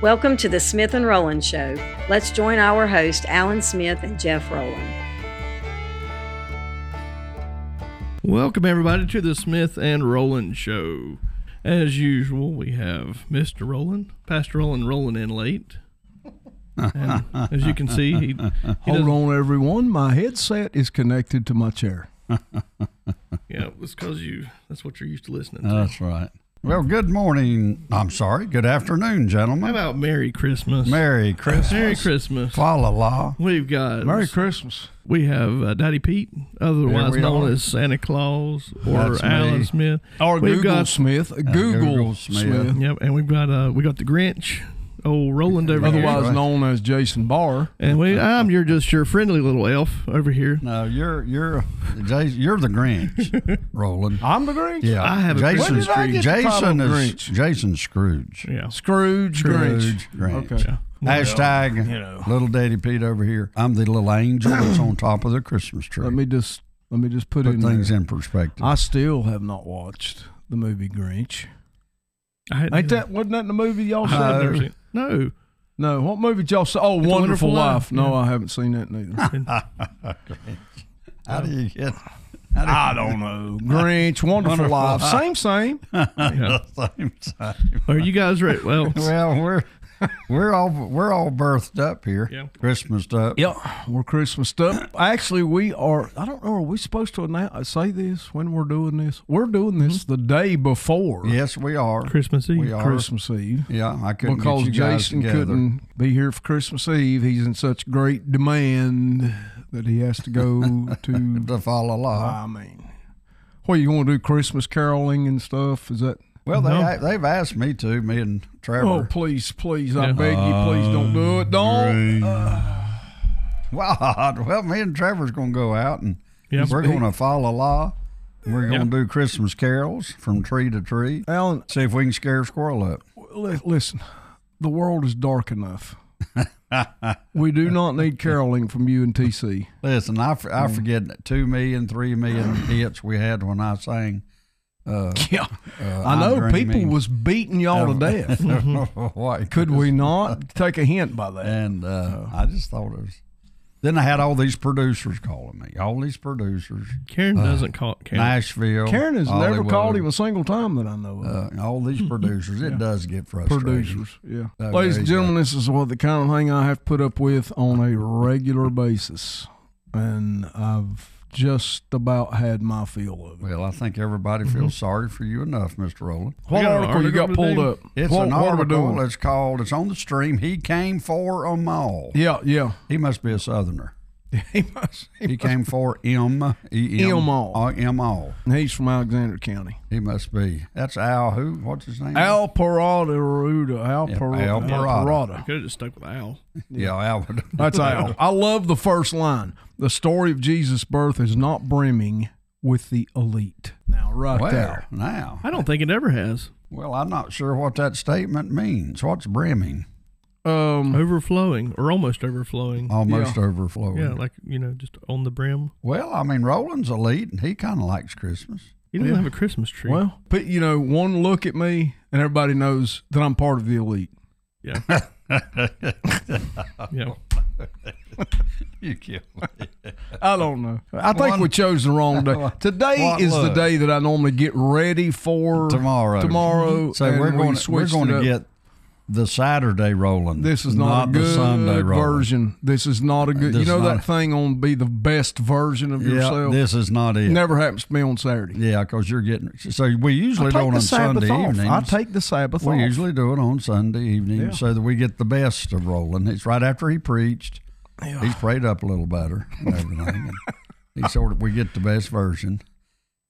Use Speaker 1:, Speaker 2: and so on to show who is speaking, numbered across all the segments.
Speaker 1: Welcome to the Smith and Rowland Show. Let's join our host, Alan Smith and Jeff Rowland.
Speaker 2: Welcome, everybody, to the Smith and Rowland Show. As usual, we have Mr. Rowland, Pastor Rowland, rolling in late. And as you can see, he, he
Speaker 3: Hold
Speaker 2: doesn't-
Speaker 3: on, everyone. My headset is connected to my chair.
Speaker 2: yeah, it's because you. That's what you're used to listening to.
Speaker 3: Uh,
Speaker 4: That's right. Well, good morning. I'm sorry. Good afternoon,
Speaker 2: How
Speaker 4: gentlemen.
Speaker 2: about Merry Christmas?
Speaker 4: Merry Christmas.
Speaker 2: Merry Christmas.
Speaker 4: Fa la la.
Speaker 2: We've got
Speaker 3: Merry Christmas.
Speaker 2: we have uh, Daddy Pete, otherwise
Speaker 3: There we
Speaker 2: known
Speaker 3: are.
Speaker 2: as Santa Claus or
Speaker 4: That's me.
Speaker 2: Alan Smith.
Speaker 3: Or
Speaker 2: we've
Speaker 3: Google
Speaker 2: got
Speaker 3: Smith. Uh, Google,
Speaker 4: Google
Speaker 3: Smith.
Speaker 4: Smith.
Speaker 2: yep, and we've got uh, we got the Grinch, old Roland over here,
Speaker 3: Otherwise
Speaker 4: Right.
Speaker 3: known as Jason Barr.
Speaker 2: and we I'm your just your friendly little elf over here.
Speaker 4: No, you're you're Jason, you're the Grinch, Roland.
Speaker 3: I'm the Grinch.
Speaker 4: Yeah,
Speaker 2: I have a
Speaker 4: Jason
Speaker 2: Christmas
Speaker 3: Where did I get the
Speaker 4: Jason
Speaker 3: title
Speaker 4: is
Speaker 3: Grinch?
Speaker 4: Jason Scrooge.
Speaker 2: Yeah.
Speaker 3: Scrooge, Grinch.
Speaker 4: Grinch.
Speaker 3: Okay.
Speaker 2: Yeah.
Speaker 4: Hashtag
Speaker 3: know.
Speaker 4: little Daddy Pete over here. I'm the little angel that's on top of the Christmas tree.
Speaker 3: Let me just let me just put,
Speaker 4: put
Speaker 3: in
Speaker 4: things
Speaker 3: there.
Speaker 4: in perspective.
Speaker 3: I still have not watched the movie Grinch.
Speaker 2: I hadn't Uh,
Speaker 3: Ain't
Speaker 2: either.
Speaker 3: that wasn't that the movie y'all
Speaker 2: I had never
Speaker 3: said?
Speaker 2: seen- No.
Speaker 3: No, what movie did y'all say?
Speaker 2: a
Speaker 3: Oh, Wonderful,
Speaker 2: Wonderful
Speaker 3: Life.
Speaker 2: Life,
Speaker 3: No,
Speaker 2: yeah.
Speaker 3: I haven't seen that neither.
Speaker 4: How do you get?
Speaker 3: I don't know. Grinch, Wonderful,
Speaker 4: Wonderful
Speaker 3: Life.
Speaker 4: Life.
Speaker 3: Same, same.
Speaker 4: Same time.
Speaker 2: Are you guys ready? Well,
Speaker 4: Well, we're we're all we're all birthed up here.
Speaker 2: Yeah.
Speaker 4: Christmased up.
Speaker 3: Yep, we're Christmas up. Actually, we are. I don't know. Are we supposed to announce, say this when we're doing this? We're doing this the day before
Speaker 4: Yes, we are.
Speaker 2: Christmas Eve.
Speaker 4: Mm-hmm. We are.
Speaker 3: Christmas Eve
Speaker 4: Yeah, I couldn't
Speaker 3: because
Speaker 4: get you guys
Speaker 3: Jason
Speaker 4: together.
Speaker 3: couldn't be here for Christmas Eve. He's in such great demand that he has to go to.
Speaker 4: The fa la la.
Speaker 3: I mean, what you want to do? Christmas caroling and stuff? Is that?
Speaker 4: Well, they
Speaker 2: No.
Speaker 4: they've asked me to. Me and Trevor.
Speaker 3: Oh, please, please! I
Speaker 2: Yeah.
Speaker 3: beg you, please don't do it. Don't.
Speaker 4: Wow. Well, me and Trevor's gonna go out and
Speaker 2: Yeah.
Speaker 4: we're gonna fa la la. We're gonna
Speaker 2: Yeah.
Speaker 4: do Christmas carols from tree to tree.
Speaker 3: Alan,
Speaker 4: See if we can scare a squirrel up.
Speaker 3: Li- Listen, the world is dark enough. we do not need caroling from you and TC.
Speaker 4: Listen, I, f-
Speaker 3: Mm.
Speaker 4: I forget two million, three million hits we had when I sang. Uh,
Speaker 3: Yeah, I know
Speaker 4: I'm
Speaker 3: people
Speaker 4: dreaming.
Speaker 3: was beating
Speaker 4: Oh.
Speaker 3: y'all to death.
Speaker 2: Mm-hmm.
Speaker 4: What?
Speaker 3: Could we not take a hint by that?
Speaker 4: And uh,
Speaker 3: Oh.
Speaker 4: I just thought it was. Then I had all these producers calling me. All these producers,
Speaker 2: Karen
Speaker 3: Uh,
Speaker 2: doesn't call it Karen.
Speaker 4: Nashville,
Speaker 3: Karen has never
Speaker 4: Hollywood,
Speaker 3: called him a single time that I know of.
Speaker 4: uh, all these producers. It does get frustrating.
Speaker 3: Producers, yeah.
Speaker 4: Okay,
Speaker 3: Ladies and
Speaker 4: Oh, yeah.
Speaker 3: gentlemen, this is what the kind of thing I have to put up with on a regular basis, and I've just about had my fill of it.
Speaker 4: Well, I think everybody
Speaker 3: Mm-hmm.
Speaker 4: feels sorry for you enough, Mr. Rowland.
Speaker 3: What
Speaker 2: got an
Speaker 3: article you got
Speaker 2: article
Speaker 3: pulled
Speaker 2: today?
Speaker 3: up?
Speaker 4: It's
Speaker 3: what,
Speaker 4: an
Speaker 3: what are we
Speaker 4: article
Speaker 3: doing?
Speaker 4: that's called. It's on the stream. He came for a mall.
Speaker 3: Yeah, yeah.
Speaker 4: He must be a Southerner.
Speaker 3: He must-
Speaker 4: He came for M E M
Speaker 3: M all.
Speaker 4: uh, M all.
Speaker 3: He's from Alexander County.
Speaker 4: He must be. That's Al. Who? What's his name?
Speaker 3: Al Parada Ruda. Al
Speaker 4: Yeah,
Speaker 3: Parada.
Speaker 4: Al Parada.
Speaker 2: I could have just stuck with Al.
Speaker 4: Yeah, Al.
Speaker 3: That's Al. I love the first line. The story of Jesus' birth is not brimming with the elite. Now, right
Speaker 4: Where
Speaker 3: there.
Speaker 4: now?
Speaker 2: I don't think it ever has.
Speaker 4: Well, I'm not sure what that statement means. What's brimming?
Speaker 3: Um,
Speaker 2: Overflowing or almost overflowing.
Speaker 4: Almost
Speaker 3: Oh, Yeah.
Speaker 4: overflowing.
Speaker 2: yeah, like, you know, just on the brim.
Speaker 4: well, I mean, Roland's elite, and he kind of likes Christmas.
Speaker 2: He doesn't have a Christmas tree.
Speaker 3: well, but you know, one look at me and everybody knows that I'm part of the elite.
Speaker 2: Yeah. yeah.
Speaker 4: You kill me.
Speaker 3: I don't know. I think
Speaker 4: One-
Speaker 3: we chose the wrong day. Today
Speaker 4: One
Speaker 3: is the
Speaker 4: look.
Speaker 3: day that I normally get ready for
Speaker 4: Tomorrow.
Speaker 3: Tomorrow.
Speaker 4: So
Speaker 3: and
Speaker 4: we're
Speaker 3: we
Speaker 4: going. We're
Speaker 3: switched
Speaker 4: going
Speaker 3: it
Speaker 4: to
Speaker 3: up.
Speaker 4: get the Saturday Roland.
Speaker 3: This is not, a
Speaker 4: the
Speaker 3: good
Speaker 4: Sunday Roland.
Speaker 3: version. This is not a good.
Speaker 4: This
Speaker 3: you
Speaker 4: is
Speaker 3: know
Speaker 4: not
Speaker 3: that
Speaker 4: a-
Speaker 3: thing on be the best version of
Speaker 4: Yeah,
Speaker 3: yourself.
Speaker 4: this is not it.
Speaker 3: Never happens to me on Saturday.
Speaker 4: Yeah, because you're getting. So we usually
Speaker 3: I
Speaker 4: do
Speaker 3: take
Speaker 4: it
Speaker 3: the
Speaker 4: on
Speaker 3: Sabbath
Speaker 4: Sunday
Speaker 3: off.
Speaker 4: evenings.
Speaker 3: I take the Sabbath
Speaker 4: We
Speaker 3: off.
Speaker 4: usually do it on Sunday evening
Speaker 3: Yeah.
Speaker 4: so that we get the best of Roland. It's right after he preached. He's prayed up a little better and everything. and he sort of we get the best version.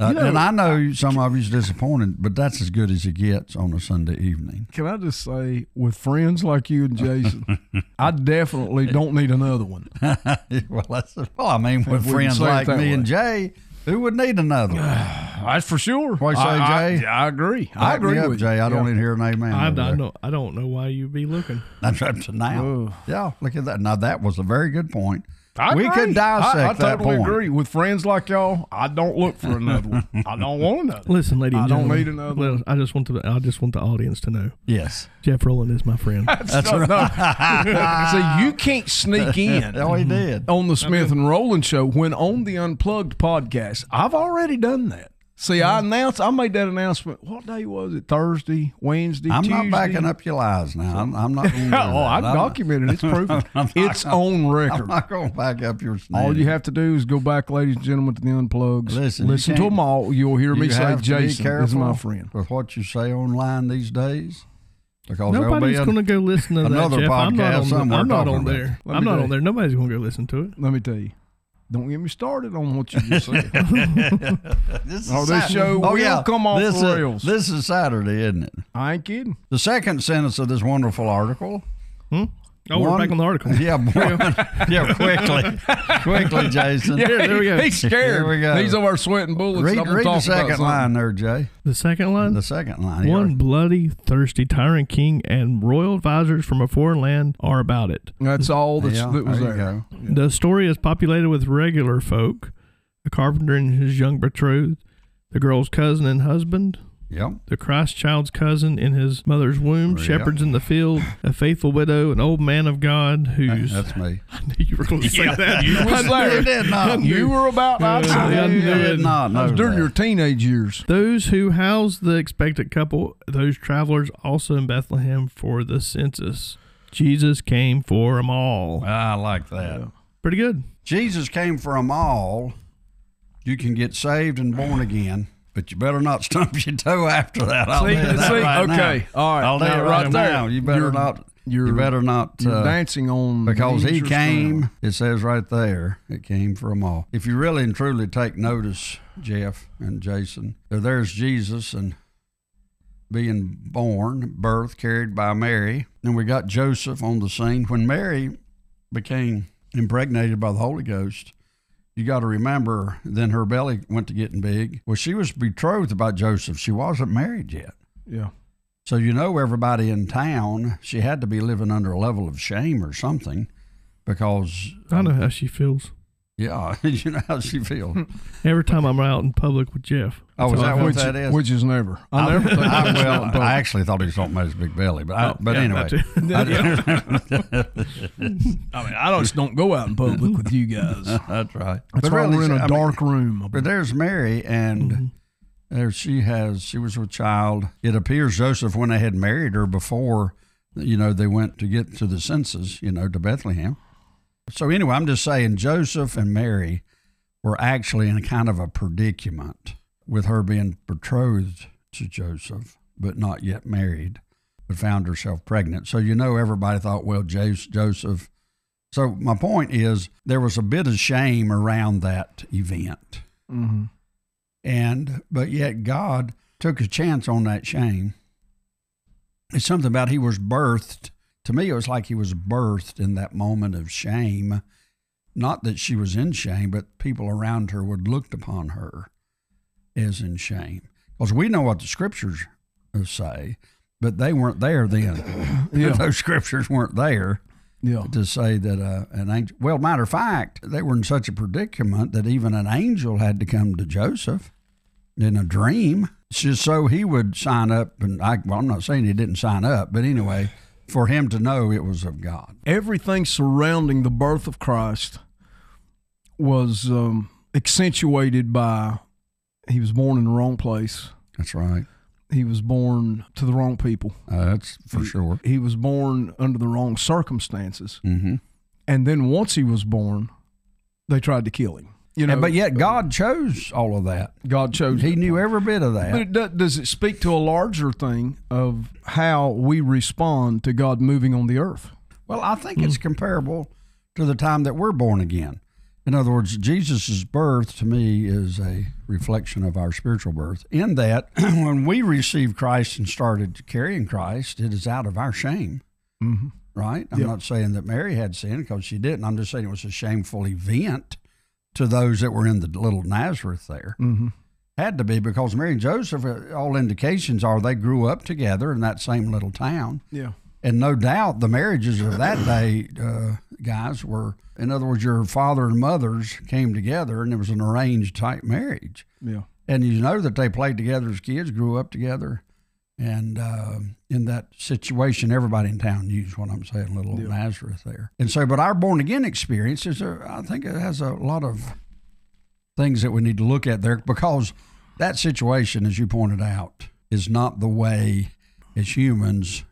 Speaker 4: Uh,
Speaker 3: You know-
Speaker 4: and I know some of you's disappointed, but that's as good as it gets on a Sunday evening.
Speaker 3: Can I just say, with friends like you and Jason, I definitely don't need another one.
Speaker 4: well, that's well. I mean,
Speaker 3: If
Speaker 4: with
Speaker 3: we can
Speaker 4: friends
Speaker 3: say it
Speaker 4: like me
Speaker 3: that way.
Speaker 4: and Jay, who would need another? one?
Speaker 3: That's for sure.
Speaker 4: Why say,
Speaker 3: I,
Speaker 4: Jay?
Speaker 3: I, I agree. I
Speaker 4: Back me
Speaker 3: agree
Speaker 4: up,
Speaker 3: with
Speaker 4: Jay.
Speaker 3: You.
Speaker 4: I don't even hear an amen.
Speaker 2: I, I
Speaker 4: over there.
Speaker 2: don't, I don't know why you'd be looking.
Speaker 4: That's up to now.
Speaker 3: Oh.
Speaker 4: Yeah, look at that. Now that was a very good point.
Speaker 5: I
Speaker 4: We
Speaker 5: agree.
Speaker 4: could dissect
Speaker 5: I, I
Speaker 4: that
Speaker 5: totally
Speaker 4: point.
Speaker 5: agree. With friends like y'all, I don't look for another one. I don't want another.
Speaker 2: Listen, lady. and
Speaker 3: I don't
Speaker 2: gentlemen,
Speaker 3: need another
Speaker 2: well, I just want to. I just want the audience to know
Speaker 4: Yes.
Speaker 2: Jeff Rowland is my friend.
Speaker 5: That's right.
Speaker 3: See, you can't sneak in Mm-hmm.
Speaker 4: Oh, he did.
Speaker 3: on the Smith and Roland show when on the Unplugged podcast. I've already done that. See,
Speaker 4: Mm-hmm.
Speaker 3: I announced, I made that announcement. What day was it? Thursday, Wednesday,
Speaker 4: I'm
Speaker 3: Tuesday.
Speaker 4: not backing up your lies now. I'm, I'm not. Gonna do that.
Speaker 3: Oh, I
Speaker 4: I'm
Speaker 3: documented. it. It's proven. it's on
Speaker 4: I'm
Speaker 3: record.
Speaker 4: not going to back up your.
Speaker 3: All you
Speaker 4: shenanigans.
Speaker 3: have to do is go back, ladies and gentlemen, to the unplugs.
Speaker 4: Listen, you
Speaker 3: listen to
Speaker 4: can't-
Speaker 3: them all. You'll hear me
Speaker 4: You
Speaker 3: say,
Speaker 4: have to be
Speaker 3: "Jason is my
Speaker 4: careful
Speaker 3: friend."
Speaker 4: With what you say online these days, because there'll
Speaker 2: Nobody's
Speaker 4: be a-
Speaker 2: going to go listen to that.
Speaker 4: another
Speaker 2: Jeff. I'm not
Speaker 4: podcast
Speaker 2: on,
Speaker 4: somewhere
Speaker 2: I'm not
Speaker 4: talking
Speaker 2: on
Speaker 4: about
Speaker 2: there.
Speaker 3: Let
Speaker 2: I'm
Speaker 3: me
Speaker 2: not
Speaker 3: do
Speaker 2: on
Speaker 3: it.
Speaker 2: there. Nobody's going to go listen to it.
Speaker 3: Let me tell you. Don't get me started on what you just said.
Speaker 4: This is
Speaker 3: Oh, this
Speaker 4: Sat-
Speaker 3: show will come off
Speaker 4: this
Speaker 3: the
Speaker 4: is-
Speaker 3: rails.
Speaker 4: This is Saturday, isn't it?
Speaker 3: I ain't kidding.
Speaker 4: The second sentence of this wonderful article.
Speaker 2: Oh, we're
Speaker 4: One-
Speaker 2: back on the article.
Speaker 4: Yeah, boy. yeah, quickly, quickly, Jason.
Speaker 2: Here, there we go.
Speaker 3: He's scared.
Speaker 4: Here we go.
Speaker 3: He's over sweating bullets.
Speaker 4: read
Speaker 3: I'm gonna
Speaker 4: read the
Speaker 3: talk about
Speaker 4: second
Speaker 3: something.
Speaker 4: line there, Jay.
Speaker 2: The second line.
Speaker 4: The second line. here.
Speaker 2: One bloody, thirsty tyrant king and royal advisors from a foreign land are about it.
Speaker 3: That's all that's,
Speaker 4: Yeah,
Speaker 3: that was
Speaker 4: there
Speaker 3: there.
Speaker 4: you go.
Speaker 2: The story is populated with regular folk the carpenter and his young betrothed, the girl's cousin and husband,
Speaker 4: Yep.
Speaker 2: the Christ child's cousin in his mother's womb,
Speaker 4: Yeah.
Speaker 2: shepherds in the field, a faithful widow, an old man of God who's.
Speaker 4: That's me.
Speaker 2: I knew you were going to say that.
Speaker 3: You was
Speaker 4: You
Speaker 3: there.
Speaker 4: did not.
Speaker 3: You were about.
Speaker 2: Yeah,
Speaker 3: I
Speaker 4: I
Speaker 2: yeah,
Speaker 3: said,
Speaker 2: knew
Speaker 3: yeah.
Speaker 2: it.
Speaker 4: did not.
Speaker 3: That was
Speaker 4: know
Speaker 3: during
Speaker 4: that.
Speaker 3: your teenage years.
Speaker 2: Those who house the expectant couple, those travelers also in Bethlehem for the census. Jesus came for them all.
Speaker 4: I like that.
Speaker 2: Pretty good.
Speaker 4: Jesus came for them all. You can get saved and born again, but you better not stump your toe after that. I'll
Speaker 3: See,
Speaker 4: tell you that
Speaker 3: see,
Speaker 4: right now.
Speaker 3: okay, all right,
Speaker 4: I'll tell
Speaker 3: now,
Speaker 4: you
Speaker 3: right
Speaker 4: right
Speaker 3: there,
Speaker 4: now. You better
Speaker 3: you're-
Speaker 4: not. You
Speaker 3: you're-
Speaker 4: better not.
Speaker 3: You're
Speaker 4: uh,
Speaker 3: dancing on
Speaker 4: because he
Speaker 3: dangerous
Speaker 4: came.
Speaker 3: ground.
Speaker 4: It says right there, it came for them all. If you really and truly take notice, Jeff and Jason, there's Jesus and being born, birth, carried by Mary. Then we got Joseph on the scene. When Mary became impregnated by the Holy Ghost, you got to remember, then her belly went to getting big. Well, she was betrothed by Joseph. She wasn't married yet.
Speaker 3: Yeah.
Speaker 4: So you know everybody in town. She had to be living under a level of shame or something, because
Speaker 2: I know how she feels.
Speaker 4: yeah, you know how she feels.
Speaker 2: Every time I'm out in public with Jeff.
Speaker 4: Oh, is
Speaker 2: That's
Speaker 4: that
Speaker 2: how I
Speaker 4: what
Speaker 3: Which,
Speaker 2: feel.
Speaker 4: that is?
Speaker 3: which is never. I
Speaker 4: I,
Speaker 3: never think
Speaker 4: I,
Speaker 3: that's
Speaker 4: well,
Speaker 3: not
Speaker 4: I
Speaker 3: both.
Speaker 4: actually thought he was talking about his big belly, but I,
Speaker 2: Oh,
Speaker 4: but
Speaker 2: yeah,
Speaker 4: anyway,
Speaker 2: that too.
Speaker 3: I mean, I just don't go out in public with you guys. That's
Speaker 4: that's right. but
Speaker 3: why
Speaker 4: really,
Speaker 3: we're in
Speaker 4: I
Speaker 3: a
Speaker 4: mean,
Speaker 3: dark room.
Speaker 4: but there's Mary, and
Speaker 2: Mm-hmm.
Speaker 4: there she has she was with child. It appears Joseph when they had married her before, you know, they went to get to the census, you know, to Bethlehem. So anyway, I'm just saying Joseph and Mary were actually in kind of a predicament with her being betrothed to Joseph, but not yet married, but found herself pregnant. So you know, everybody thought, well, Jos- Joseph. So my point is, there was a bit of shame around that event,
Speaker 3: Mhm.
Speaker 4: and but yet God took a chance on that shame. It's something about he was birthed. To me, it was like he was birthed in that moment of shame. Not that she was in shame, but people around her would looked upon her is in shame. Because we know what the scriptures say, but they weren't there then.
Speaker 3: Yeah.
Speaker 4: Those scriptures weren't there
Speaker 3: Yeah.
Speaker 4: to say that uh, an angel. Well, matter of fact, they were in such a predicament that even an angel had to come to Joseph in a dream, so, so he would sign up. And I, well, I'm not saying he didn't sign up, but anyway, for him to know it was of God.
Speaker 3: Everything surrounding the birth of Christ was um, accentuated by he was born in the wrong place.
Speaker 4: That's right.
Speaker 3: He was born to the wrong people.
Speaker 4: Uh, that's for sure.
Speaker 3: He was born under the wrong circumstances.
Speaker 4: Mm-hmm.
Speaker 3: And then once he was born, they tried to kill him. You know,
Speaker 4: but yet God chose all of that.
Speaker 3: God chose.
Speaker 4: He knew every bit of that.
Speaker 3: But it, do- does it speak to a larger thing of how we respond to God moving on the earth?
Speaker 4: Well, I think it's comparable to the time that we're born again. In other words, Jesus' birth to me is a reflection of our spiritual birth, in that when we received Christ and started carrying Christ, it is out of our shame. Right? I'm not saying that Mary had sin because she didn't. I'm just saying it was a shameful event to those that were in the little Nazareth there.
Speaker 3: Mm-hmm.
Speaker 4: Had to be because Mary and Joseph, uh, all indications are they grew up together in that same little town.
Speaker 3: Yeah.
Speaker 4: And no doubt the marriages of that day uh, guys were, in other words, your father and mothers came together and it was an arranged type marriage.
Speaker 3: Yeah.
Speaker 4: And you know that they played together as kids, grew up together. And uh, in that situation, everybody in town used what I'm saying, little old Nazareth there. And so, but our born again experience is, a, I think it has a lot of things that we need to look at there because that situation, as you pointed out, is not the way as humans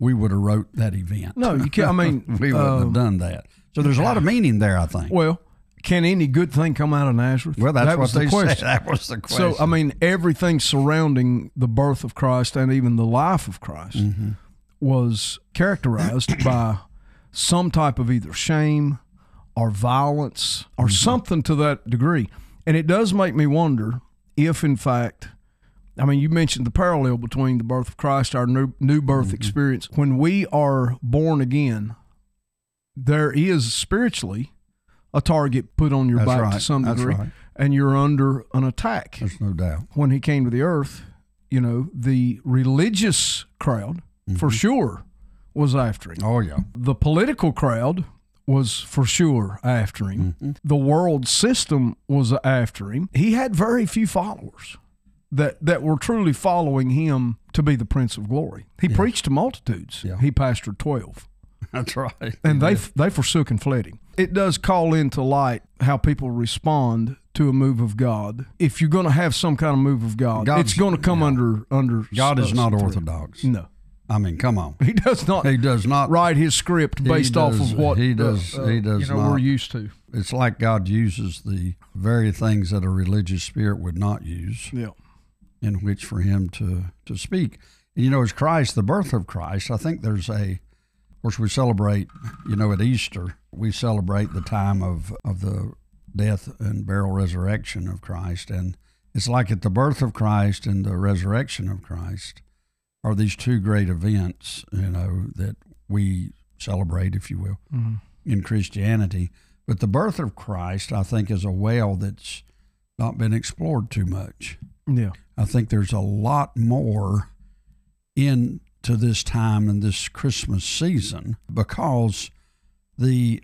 Speaker 4: we would have wrote that event.
Speaker 3: No, you can't. I mean,
Speaker 4: we wouldn't have
Speaker 3: um,
Speaker 4: done that. So there's a lot of meaning there, I think. Well,
Speaker 3: Well, can any good thing come out of Nazareth?
Speaker 4: that's
Speaker 3: that
Speaker 4: what
Speaker 3: was
Speaker 4: they
Speaker 3: the question.
Speaker 4: said. That was the question.
Speaker 3: So, um, I mean, everything surrounding the birth of Christ and even the life of Christ
Speaker 4: Mm-hmm.
Speaker 3: was characterized by some type of either shame or violence or
Speaker 4: Mm-hmm.
Speaker 3: something to that degree. And it does make me wonder if, in fact, I mean, you mentioned the parallel between the birth of Christ, our new, new
Speaker 4: Mm-hmm.
Speaker 3: birth experience. When we are born again, there is spiritually a target put on your
Speaker 4: That's
Speaker 3: back to
Speaker 4: right.
Speaker 3: some
Speaker 4: That's
Speaker 3: degree,
Speaker 4: right.
Speaker 3: and you're under an attack
Speaker 4: there's no doubt.
Speaker 3: when he came to the earth, you know, the religious crowd for sure was after him.
Speaker 4: Oh, yeah.
Speaker 3: The political crowd was for sure after him. The world system was after him. He had very few followers that, that were truly following him to be the Prince of Glory. He preached to multitudes,
Speaker 4: Yeah.
Speaker 3: he pastored 12
Speaker 4: That's right.
Speaker 3: and they they forsook and fled him. It does call into light how people respond to a move of God. If you're going to have some kind of move of God,
Speaker 4: God's-
Speaker 3: it's going to come under under
Speaker 4: God is
Speaker 3: us
Speaker 4: not
Speaker 3: through.
Speaker 4: orthodox.
Speaker 3: No,
Speaker 4: I mean, come on.
Speaker 3: he does not
Speaker 4: He does not.
Speaker 3: write his script
Speaker 4: He
Speaker 3: based off
Speaker 4: does-
Speaker 3: of what
Speaker 4: he
Speaker 3: uh,
Speaker 4: does-
Speaker 3: uh,
Speaker 4: he does
Speaker 3: you know,
Speaker 4: not.
Speaker 3: we're used to.
Speaker 4: It's like God uses the very things that a religious spirit would not use.
Speaker 3: Yeah,
Speaker 4: in which for him to to speak. And, you know, as Christ, the birth of Christ, I think there's a, of course, we celebrate, you know, at Easter, we celebrate the time of, of the death and burial resurrection of Christ. And it's like at the birth of Christ and the resurrection of Christ are these two great events, you know, that we celebrate, if you will, in Christianity. But the birth of Christ, I think, is a well that's not been explored too much.
Speaker 3: yeah,
Speaker 4: I think there's a lot more into this time and this Christmas season because the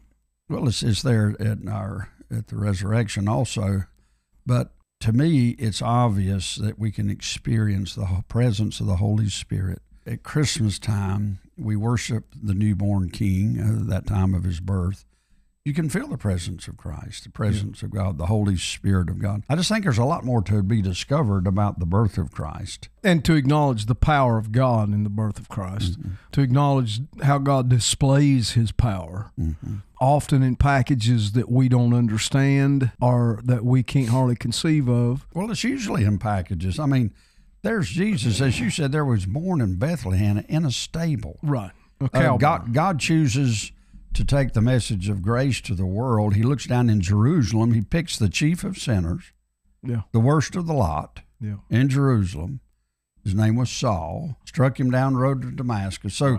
Speaker 4: well, it's, it's there at our at the resurrection also, but to me, it's obvious that we can experience the ho- presence of the Holy Spirit at Christmas time. We worship the newborn King uh, that time of his birth. You can feel the presence of Christ, the presence of God, the Holy Spirit of God. I just think there's a lot more to be discovered about the birth of Christ.
Speaker 3: and to acknowledge the power of God in the birth of Christ, to acknowledge how God displays His power. Often in packages that we don't understand or that we can't hardly conceive of,
Speaker 4: Well, it's usually in packages. I mean, there's Jesus, as you said, there was born in Bethlehem in a stable.
Speaker 3: Right. A
Speaker 4: Uh,
Speaker 3: cowboy.
Speaker 4: God, God chooses to take the message of grace to the world. He looks down in Jerusalem. He picks the chief of sinners,
Speaker 3: Yeah.
Speaker 4: the worst of the lot
Speaker 3: Yeah.
Speaker 4: in Jerusalem. His name was Saul. Struck him down the road to Damascus. So,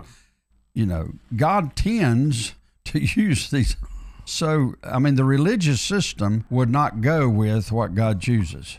Speaker 4: you know, God tends to use these. So, I mean, the religious system would not go with what God chooses.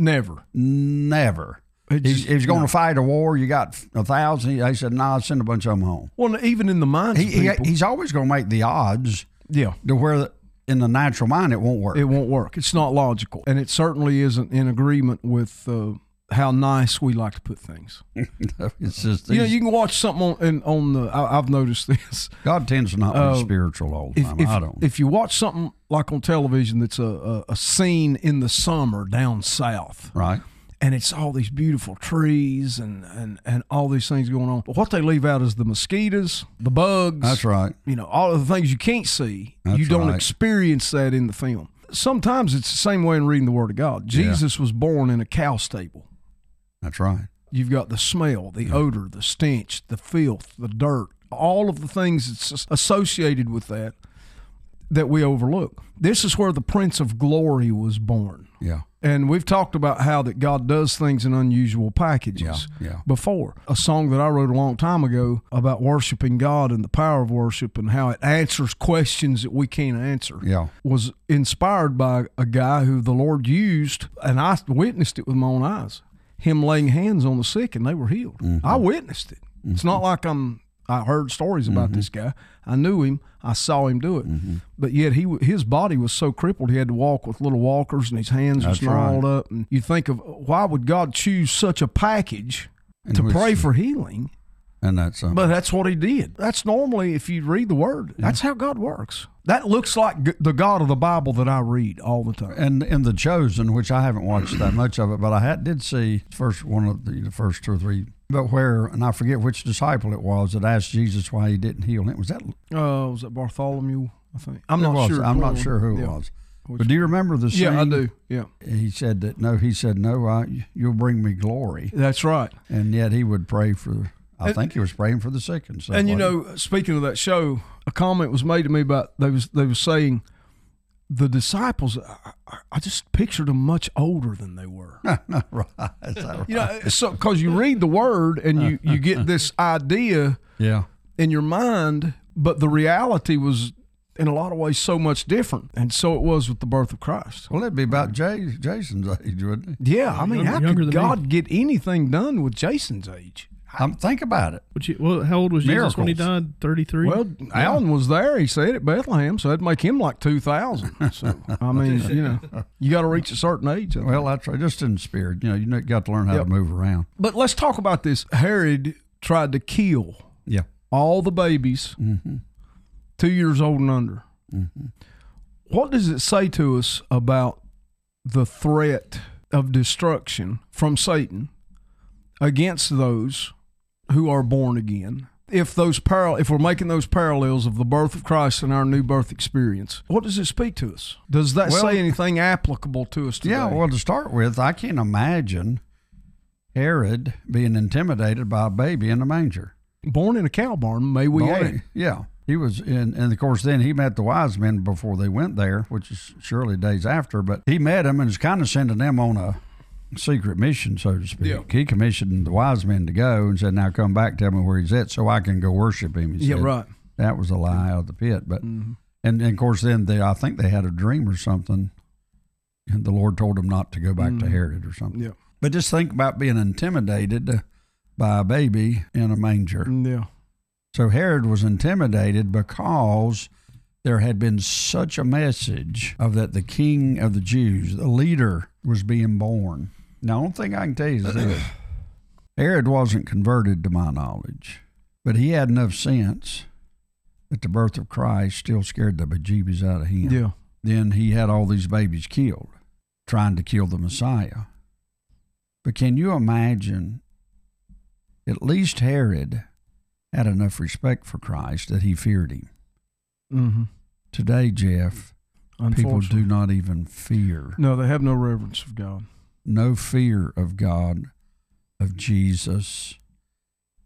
Speaker 3: Never.
Speaker 4: Never.
Speaker 3: It
Speaker 4: He's,
Speaker 3: just-
Speaker 4: he's going
Speaker 3: no.
Speaker 4: to fight a war. You got a thousand. They said, nah, send a bunch of them home.
Speaker 3: Well, even in the minds
Speaker 4: He,
Speaker 3: of
Speaker 4: he,
Speaker 3: people.
Speaker 4: he's always going to make the odds
Speaker 3: yeah.
Speaker 4: to where in the natural mind it won't work.
Speaker 3: It won't work. It's not logical. And it certainly isn't in agreement with uh, how nice we like to put things.
Speaker 4: it's just
Speaker 3: You know,
Speaker 4: these-
Speaker 3: you can watch something on, in, on the. I, I've noticed this.
Speaker 4: God tends to not be
Speaker 3: Uh,
Speaker 4: spiritual all the
Speaker 3: If,
Speaker 4: time.
Speaker 3: if,
Speaker 4: I don't.
Speaker 3: if you watch something like on television that's a, a, a scene in the summer down south,
Speaker 4: right.
Speaker 3: and it's all these beautiful trees and, and, and all these things going on, but what they leave out is the mosquitoes, the bugs.
Speaker 4: That's right.
Speaker 3: you know all of the things you can't see
Speaker 4: That's
Speaker 3: you don't
Speaker 4: right.
Speaker 3: experience that in the film sometimes it's the same way in reading the word of god jesus was born in a cow stable
Speaker 4: That's right.
Speaker 3: you've got the smell the odor the stench the filth the dirt all of the things that's as- associated with that that we overlook this is where the prince of glory was born
Speaker 4: Yeah.
Speaker 3: and we've talked about how that God does things in unusual packages
Speaker 4: Yeah, yeah.
Speaker 3: before. A song that I wrote a long time ago about worshiping God and the power of worship and how it answers questions that we can't answer
Speaker 4: Yeah.
Speaker 3: was inspired by a guy who the Lord used, and I witnessed it with my own
Speaker 4: Mm-hmm.
Speaker 3: eyes. Him laying hands on the sick and they were healed. I witnessed it. It's not like I'm I heard stories about this
Speaker 4: Mm-hmm.
Speaker 3: guy. I knew him. I saw him do it. But yet he w- his body was so crippled he had to walk with little walkers and his hands
Speaker 4: That's
Speaker 3: were snarled up. And you think of why would God choose such a package
Speaker 4: In
Speaker 3: to
Speaker 4: which-
Speaker 3: pray for healing?
Speaker 4: and that's um,
Speaker 3: But that's what he did. That's normally, if you read the word, that's how God works. That looks like g- the God of the Bible that I read all the time.
Speaker 4: and in the Chosen, which I haven't watched that much of it, but I had, did see first one of the, the first two or three. But where, and I forget which disciple it was that asked Jesus why he didn't heal him. Was that?
Speaker 3: Uh, was it Bartholomew? I think I'm
Speaker 4: it
Speaker 3: not
Speaker 4: was.
Speaker 3: sure.
Speaker 4: I'm not
Speaker 3: Plural.
Speaker 4: sure who
Speaker 3: Yeah.
Speaker 4: it was. But do you remember the scene?
Speaker 3: Yeah, I do. Yeah,
Speaker 4: He said that no. He said no. I, you'll bring me glory,
Speaker 3: that's right.
Speaker 4: and yet he would pray for. I think he was praying for the sick and stuff.
Speaker 3: And you
Speaker 4: wasn't he?
Speaker 3: know, speaking of that show, a comment was made to me about they was they was saying the disciples. I, I- I just pictured them much older than they were.
Speaker 4: right? Is that right?
Speaker 3: you know, so because you read the word and you you get this idea
Speaker 4: Yeah.
Speaker 3: in your mind, but the reality was in a lot of ways so much different, and so it was with the birth of Christ.
Speaker 4: Well, it'd be about Jay, Jason's age, wouldn't it?
Speaker 3: Yeah, I mean,
Speaker 2: Younger-
Speaker 3: how
Speaker 2: younger
Speaker 3: could
Speaker 2: than me.
Speaker 3: God get anything done with Jason's age?
Speaker 4: Um, think about it.
Speaker 2: But you, well, how old was Jesus when he
Speaker 4: Miracles.
Speaker 2: died? Thirty three.
Speaker 3: Well, Alan was there. He said at Bethlehem, so that'd make him like two thousand. So I mean, you know, you got to reach a certain age. I think.
Speaker 4: Well, that's right. Just in spirit, you know, you know, you got to learn how
Speaker 3: Yep.
Speaker 4: to move around.
Speaker 3: But let's talk about this. Herod tried to kill
Speaker 4: Yeah.
Speaker 3: all the babies
Speaker 4: Mm-hmm.
Speaker 3: two years old and under. What does it say to us about the threat of destruction from Satan against those who are born again? If those paral- if we're making those parallels of the birth of Christ and our new birth experience, what does it speak to us? Does that
Speaker 4: Well-
Speaker 3: say anything applicable to us today?
Speaker 4: Yeah. Well, to start with, I can't imagine Herod being intimidated by a baby in a manger.
Speaker 3: born in a cow barn, may we
Speaker 4: Boy,
Speaker 3: add.
Speaker 4: yeah. He was in, and of course, then he met the wise men before they went there, which is surely days after. But he met them and was kind of sending them on a secret mission, so to speak.
Speaker 3: Yeah.
Speaker 4: He commissioned the wise men to go and said, "Now come back, tell me where he's at, so I can go worship him." He
Speaker 3: Yeah,
Speaker 4: said.
Speaker 3: right.
Speaker 4: That was a lie out of the pit, but and, and of course, then they, I think they had a dream or something, and the Lord told them not to go back to Herod or something.
Speaker 3: Yeah.
Speaker 4: But just think about being intimidated by a baby in a manger.
Speaker 3: Yeah.
Speaker 4: So Herod was intimidated because there had been such a message of that the king of the Jews, the leader, was being born. Now, one thing I can tell you is this Herod wasn't converted to my knowledge, but he had enough sense that the birth of Christ still scared the bejeebies out of him.
Speaker 3: Yeah.
Speaker 4: Then he had all these babies killed, trying to kill the Messiah. But can you imagine? At least Herod had enough respect for Christ that he feared him.
Speaker 3: Mm-hmm.
Speaker 4: Today, Jeff, people
Speaker 3: Unfortunately.
Speaker 4: do not even fear.
Speaker 3: No, they have no reverence of God.
Speaker 4: No fear of God, of Jesus.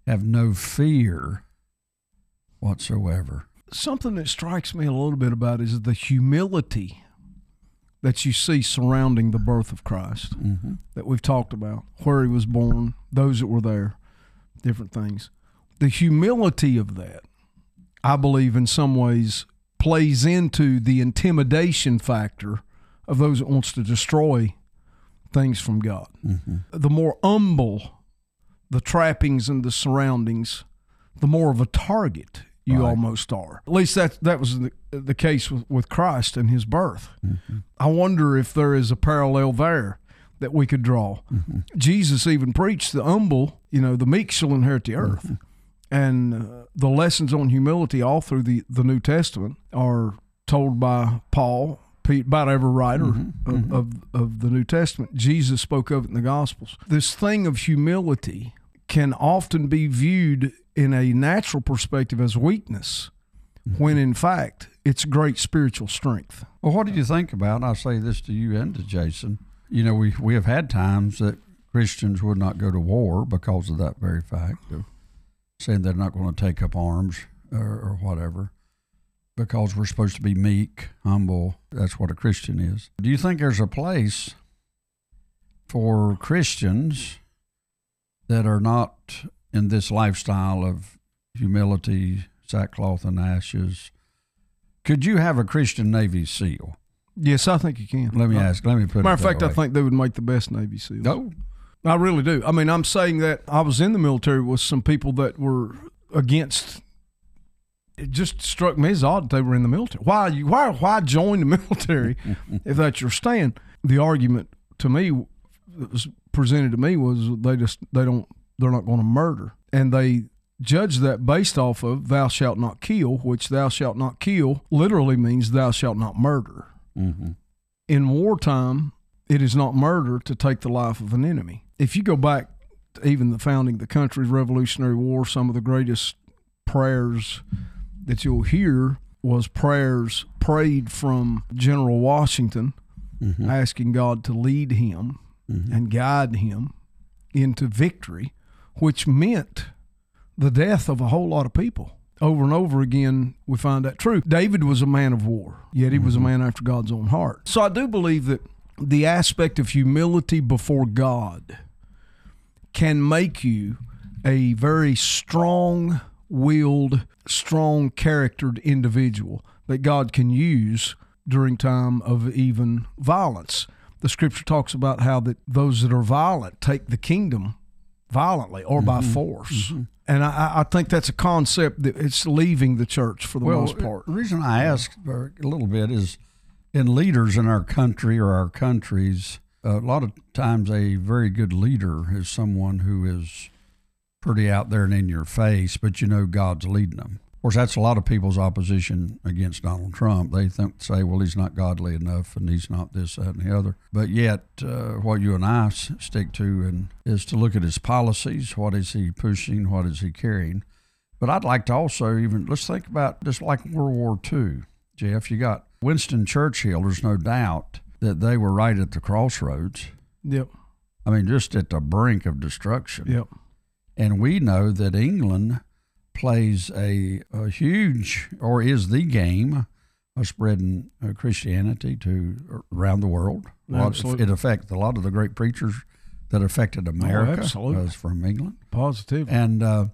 Speaker 4: Have no fear whatsoever.
Speaker 3: Something that strikes me a little bit about is the humility that you see surrounding the birth of Christ
Speaker 4: Mm-hmm.
Speaker 3: that we've talked about, where he was born, those that were there, different things. The humility of that, I believe, in some ways plays into the intimidation factor of those that wants to destroy things from God.
Speaker 4: Mm-hmm.
Speaker 3: the more humble the trappings and the surroundings, the more of a target you
Speaker 4: Right.
Speaker 3: almost are. At least that that was the, the case with, with Christ and his birth. I wonder if there is a parallel there that we could draw. Jesus even preached the humble, you know, the meek shall inherit the earth. And uh, the lessons on humility all through the, the New Testament are told by Paul, Pete, about every writer
Speaker 4: Mm-hmm.
Speaker 3: of, Of, of the New Testament. Jesus spoke of it in the Gospels. This thing of humility can often be viewed in a natural perspective as weakness,
Speaker 4: Mm-hmm.
Speaker 3: when in fact it's great spiritual strength.
Speaker 4: Well, what do you think about? and I say this to you and to Jason. You know, we we have had times that Christians would not go to war because of that very fact of saying they're not going to take up arms or, or whatever, because we're supposed to be meek, humble. That's what a Christian is. Do you think there's a place for Christians that are not in this lifestyle of humility, sackcloth and ashes? Could you have a Christian Navy SEAL?
Speaker 3: Yes, I think you can. Uh,
Speaker 4: Let me ask. Let me put.
Speaker 3: Matter
Speaker 4: it
Speaker 3: of
Speaker 4: that
Speaker 3: fact, I
Speaker 4: way. Oh,
Speaker 3: think they would make the best Navy SEALs.
Speaker 4: No.
Speaker 3: I really do. I mean, I'm saying that I was in the military with some people that were against. It just struck me as odd that they were in the military. Why you why why join the military if that's your stand? The argument to me that was presented to me was they just they don't they're not going to murder and they judge that based off of thou shalt not kill, which thou shalt not kill literally means thou shalt not murder. In wartime, it is not murder to take the life of an enemy. If you go back to even the founding of the country, Revolutionary War, some of the greatest prayers that you'll hear was prayers prayed from General Washington, asking God to lead him and guide him into victory, which meant the death of a whole lot of people. Over and over again, we find that true. David was a man of war, yet he was a man after God's own heart. So I do believe that the aspect of humility before God can make you a very strong willed, strong charactered individual that God can use during time of even violence. The scripture talks about how that those that are violent take the kingdom violently or by force. And I, I think that's a concept that it's leaving the church for the most part.
Speaker 4: The reason I ask Eric, a little bit is in leaders in our country or our countries, a lot of times a very good leader is someone who is pretty out there and in your face, but you know God's leading them. Of course, that's a lot of people's opposition against Donald Trump. They think, say, well, he's not godly enough and he's not this, that, and the other. But yet, uh, what you and I s- stick to and is to look at his policies. What is he pushing? What is he carrying? But I'd like to also even let's think about just like World War II, Jeff. You got Winston Churchill. There's no doubt that they were right at the crossroads.
Speaker 3: Yep.
Speaker 4: I mean, just at the brink of destruction.
Speaker 3: Yep.
Speaker 4: And we know that England plays a, a huge, or is the game, of spreading uh, Christianity to uh, around the world. A lot-
Speaker 3: Absolutely. Oh,
Speaker 4: It affects a lot of the great preachers that affected America
Speaker 3: absolutely.
Speaker 4: was from England.
Speaker 3: Positively.
Speaker 4: And uh,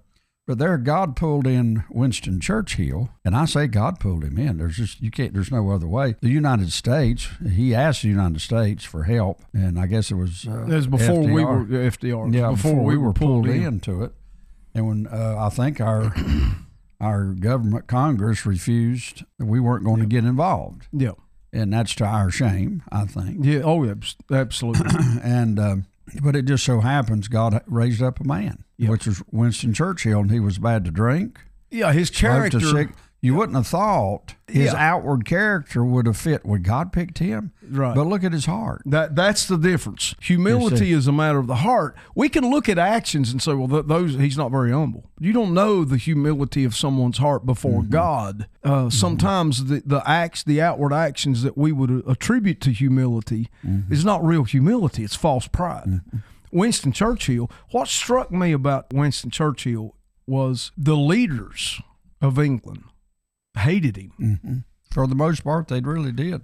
Speaker 4: but there, God pulled in Winston Churchill, and I say God pulled him in. There's just you can't. There's no other way. The United States. He asked the United States for help, and I guess it was. Uh,
Speaker 3: It was before we
Speaker 4: FDR.
Speaker 3: were yeah, FDR.
Speaker 4: Yeah,
Speaker 3: before, we were pulled, in.
Speaker 4: into it, and when uh, I think our our government Congress refused, we weren't going to get involved,
Speaker 3: Yeah.
Speaker 4: and that's to our shame, I think.
Speaker 3: Yeah. Oh, yeah, abs- absolutely.
Speaker 4: And um, but it just so happens God raised up a man, which was Winston Churchill, and he was bad to drink,
Speaker 3: yeah. His
Speaker 4: loved
Speaker 3: character.
Speaker 4: to shake. You wouldn't have thought his
Speaker 3: Yeah.
Speaker 4: outward character would have fit when God picked him,
Speaker 3: Right.
Speaker 4: But look at his heart.
Speaker 3: That that's the difference. Humility is a matter of the heart. We can look at actions and say, "Well, th- those he's not very humble." You don't know the humility of someone's heart before God. Uh, Sometimes the the acts, the outward actions that we would attribute to humility, is not real humility. It's false pride. Winston Churchill. What struck me about Winston Churchill was the leaders of England hated him.
Speaker 4: Mm-hmm. For the most part, they really did.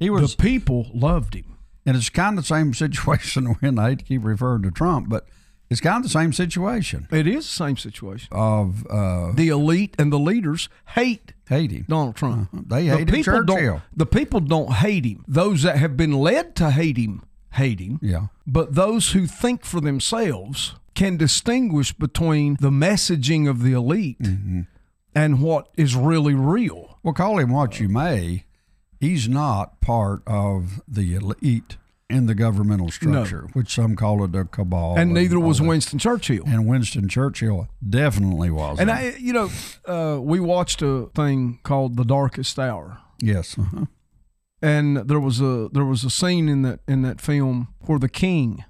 Speaker 4: He was
Speaker 3: the people loved him.
Speaker 4: And it's kind of the same situation when I hate to keep referring to Trump, but it's kind of the same situation
Speaker 3: It is the same situation.
Speaker 4: of uh,
Speaker 3: the elite and the leaders hate
Speaker 4: hate him.
Speaker 3: Donald Trump.
Speaker 4: Uh-huh. They Mm-hmm. hated Churchill.
Speaker 3: Don't, the people don't hate him. Those that have been led to hate him hate him.
Speaker 4: Yeah.
Speaker 3: But those who think for themselves can distinguish between the messaging of the elite
Speaker 4: Mm-hmm.
Speaker 3: and what is really real.
Speaker 4: Well, call him what
Speaker 3: Uh,
Speaker 4: you may. He's not part of the elite in the governmental structure, which some call it a cabal.
Speaker 3: and neither was
Speaker 4: all that.
Speaker 3: Winston Churchill.
Speaker 4: And Winston Churchill definitely was.
Speaker 3: And I, you know, uh, we watched a thing called "The Darkest Hour."
Speaker 4: yes. uh-huh.
Speaker 3: and there was a there was a scene in that in that film where the king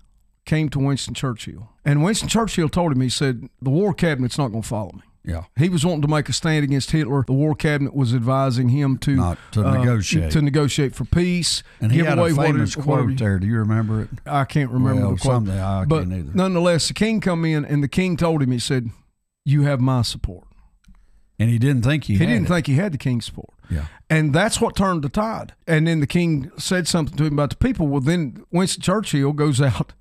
Speaker 3: came to Winston Churchill, and Winston Churchill told him he said the war cabinet's not going to follow me.
Speaker 4: Yeah.
Speaker 3: He was wanting to make a stand against Hitler. The war cabinet was advising him to uh,
Speaker 4: Not to negotiate.
Speaker 3: to negotiate for peace.
Speaker 4: And he
Speaker 3: give
Speaker 4: had
Speaker 3: away
Speaker 4: a
Speaker 3: what
Speaker 4: famous
Speaker 3: it- what
Speaker 4: quote
Speaker 3: it-
Speaker 4: there. Do you remember it?
Speaker 3: I can't remember
Speaker 4: Well,
Speaker 3: the quote,
Speaker 4: something, I
Speaker 3: but
Speaker 4: can't either.
Speaker 3: nonetheless, the king come in, and the king told him he said, "You have my support."
Speaker 4: And he didn't think he
Speaker 3: He
Speaker 4: had
Speaker 3: didn't
Speaker 4: it.
Speaker 3: think he had the king's support.
Speaker 4: Yeah.
Speaker 3: And that's what turned the tide. And then the king said something to him about the people. Well, then Winston Churchill goes out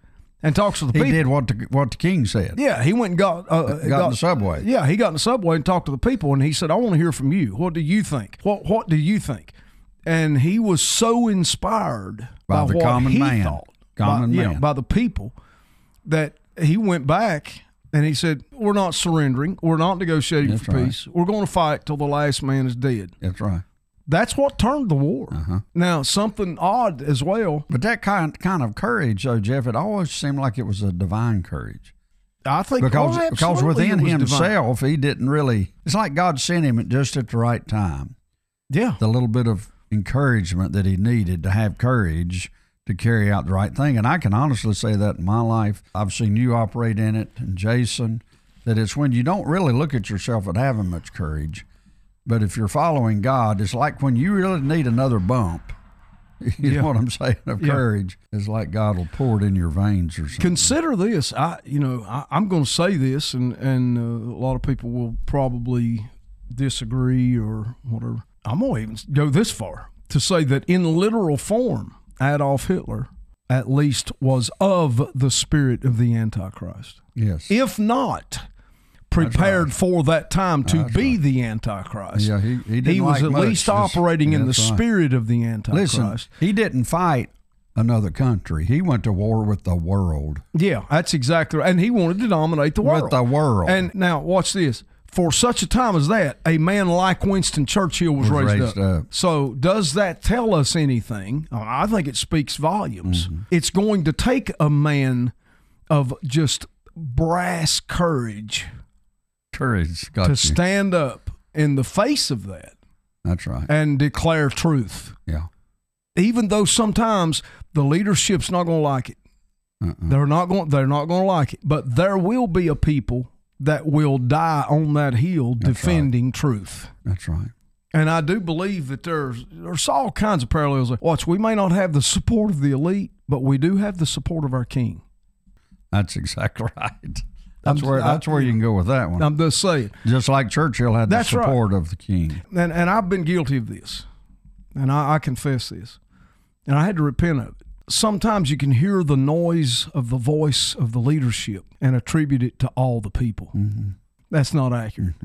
Speaker 3: and talks to the
Speaker 4: He
Speaker 3: people.
Speaker 4: did what the, what the king said.
Speaker 3: Yeah, he went and got, uh,
Speaker 4: in the subway.
Speaker 3: Yeah, he got in the subway and talked to the people, and he said, "I want to hear from you. What do you think? What What do you think?" And he was so inspired
Speaker 4: By
Speaker 3: by,
Speaker 4: the
Speaker 3: what
Speaker 4: common
Speaker 3: he
Speaker 4: man.
Speaker 3: thought,
Speaker 4: Common
Speaker 3: by, yeah,
Speaker 4: man.
Speaker 3: by the people, that he went back And he said, We're not surrendering. We're not negotiating
Speaker 4: That's
Speaker 3: for
Speaker 4: right.
Speaker 3: peace. We're going to fight till the last man is dead.
Speaker 4: That's right.
Speaker 3: That's what turned the war.
Speaker 4: Uh-huh.
Speaker 3: Now, something odd as well.
Speaker 4: But that kind kind of courage, though, Jeff, it always seemed like it was a divine courage
Speaker 3: I think
Speaker 4: because
Speaker 3: oh,
Speaker 4: because
Speaker 3: absolutely
Speaker 4: within
Speaker 3: it was divine.
Speaker 4: himself he didn't really. It's like God sent him just at the right time.
Speaker 3: Yeah.
Speaker 4: The little bit of encouragement that he needed to have courage to carry out the right thing, and I can honestly say that in my life, I've seen you operate in it, and Jason, that it's when you don't really look at yourself at having much courage, but if you're following God, it's like when you really need another bump. You know what I'm saying? Of
Speaker 3: Yeah.
Speaker 4: courage. It's like God will pour it in your veins or something.
Speaker 3: Consider this. I, you know, I, I'm going to say this, and and uh, a lot of people will probably disagree or whatever. I'm going to even go this far to say that in literal form, Adolf Hitler at least was of the spirit of the Antichrist,
Speaker 4: yes.
Speaker 3: if not prepared for that time to be the Antichrist.
Speaker 4: Yeah, he- he didn't
Speaker 3: was
Speaker 4: like
Speaker 3: at
Speaker 4: much
Speaker 3: least
Speaker 4: this-
Speaker 3: operating in the
Speaker 4: that's right.
Speaker 3: spirit of the Antichrist.
Speaker 4: Listen, he didn't fight another country. He went to war with the world.
Speaker 3: Yeah, that's exactly right. And he wanted to dominate the world.
Speaker 4: With the world.
Speaker 3: And now watch this. For such a time as that, a man like Winston Churchill was,
Speaker 4: Was
Speaker 3: raised,
Speaker 4: raised
Speaker 3: up.
Speaker 4: up.
Speaker 3: So does that tell us anything? Uh, I think it speaks volumes.
Speaker 4: Mm-hmm.
Speaker 3: It's going to take a man of just brass courage
Speaker 4: Courage got
Speaker 3: to
Speaker 4: you.
Speaker 3: stand up in the face of that
Speaker 4: That's right.
Speaker 3: and declare truth.
Speaker 4: Yeah.
Speaker 3: Even though sometimes the leadership's not going to like it.
Speaker 4: Uh-uh.
Speaker 3: They're not going. They're not going to like it. But there will be a people that will die on that hill
Speaker 4: That's
Speaker 3: defending truth.
Speaker 4: That's right.
Speaker 3: And I do believe that there's there's all kinds of parallels. Watch, we may not have the support of the elite, but we do have the support of our king.
Speaker 4: That's exactly right.
Speaker 3: I'm-
Speaker 4: That's where
Speaker 3: I-
Speaker 4: that's where you can go with that one.
Speaker 3: I'm just saying.
Speaker 4: Just like Churchill had the
Speaker 3: That's right.
Speaker 4: support of the king.
Speaker 3: And and I've been guilty of this, and I, I confess this, and I had to repent of it. Sometimes you can hear the noise of the voice of the leadership and attribute it to all the people. That's not accurate.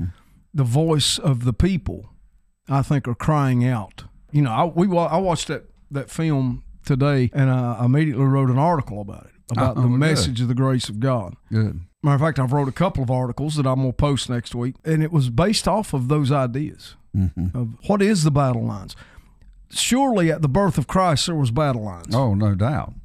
Speaker 3: The voice of the people, I think, are crying out. You know, I we wa- I watched that that film today, and I immediately wrote an article about it about
Speaker 4: Uh-oh,
Speaker 3: the
Speaker 4: good.
Speaker 3: message of the grace of God.
Speaker 4: Good.
Speaker 3: Matter of fact, I've wrote a couple of articles that I'm going to post next week, and it was based off of those ideas of what is the battle lines. Surely, at the birth of Christ, there was battle lines,
Speaker 4: Oh, no doubt.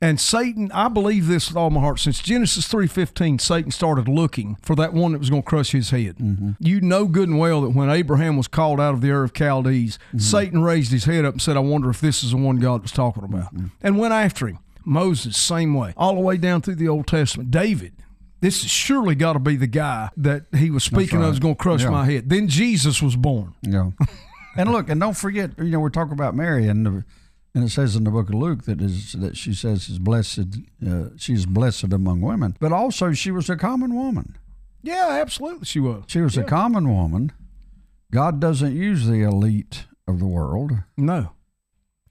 Speaker 3: and Satan. I believe this with all my heart. Since Genesis three fifteen, Satan started looking for that one that was going to crush his head.
Speaker 4: Mm-hmm.
Speaker 3: You know good and well that when Abraham was called out of the Ur of Chaldees,
Speaker 4: Mm-hmm.
Speaker 3: Satan raised his head up and said, "I wonder if this is the one God was talking about,"
Speaker 4: Mm-hmm.
Speaker 3: and went after him. Moses, same way, all the way down through the Old Testament. David, this has surely got to be the guy that he was speaking
Speaker 4: right.
Speaker 3: of is going to crush
Speaker 4: Yeah.
Speaker 3: my head. Then Jesus was born.
Speaker 4: Yeah. and look, and don't forget, you know, we're talking about Mary, and the, and it says in the book of Luke that is that she says is blessed. Uh, she's blessed among women, but also she was a common woman.
Speaker 3: Yeah, absolutely, she was.
Speaker 4: She was a common woman. God doesn't use the elite of the world.
Speaker 3: No.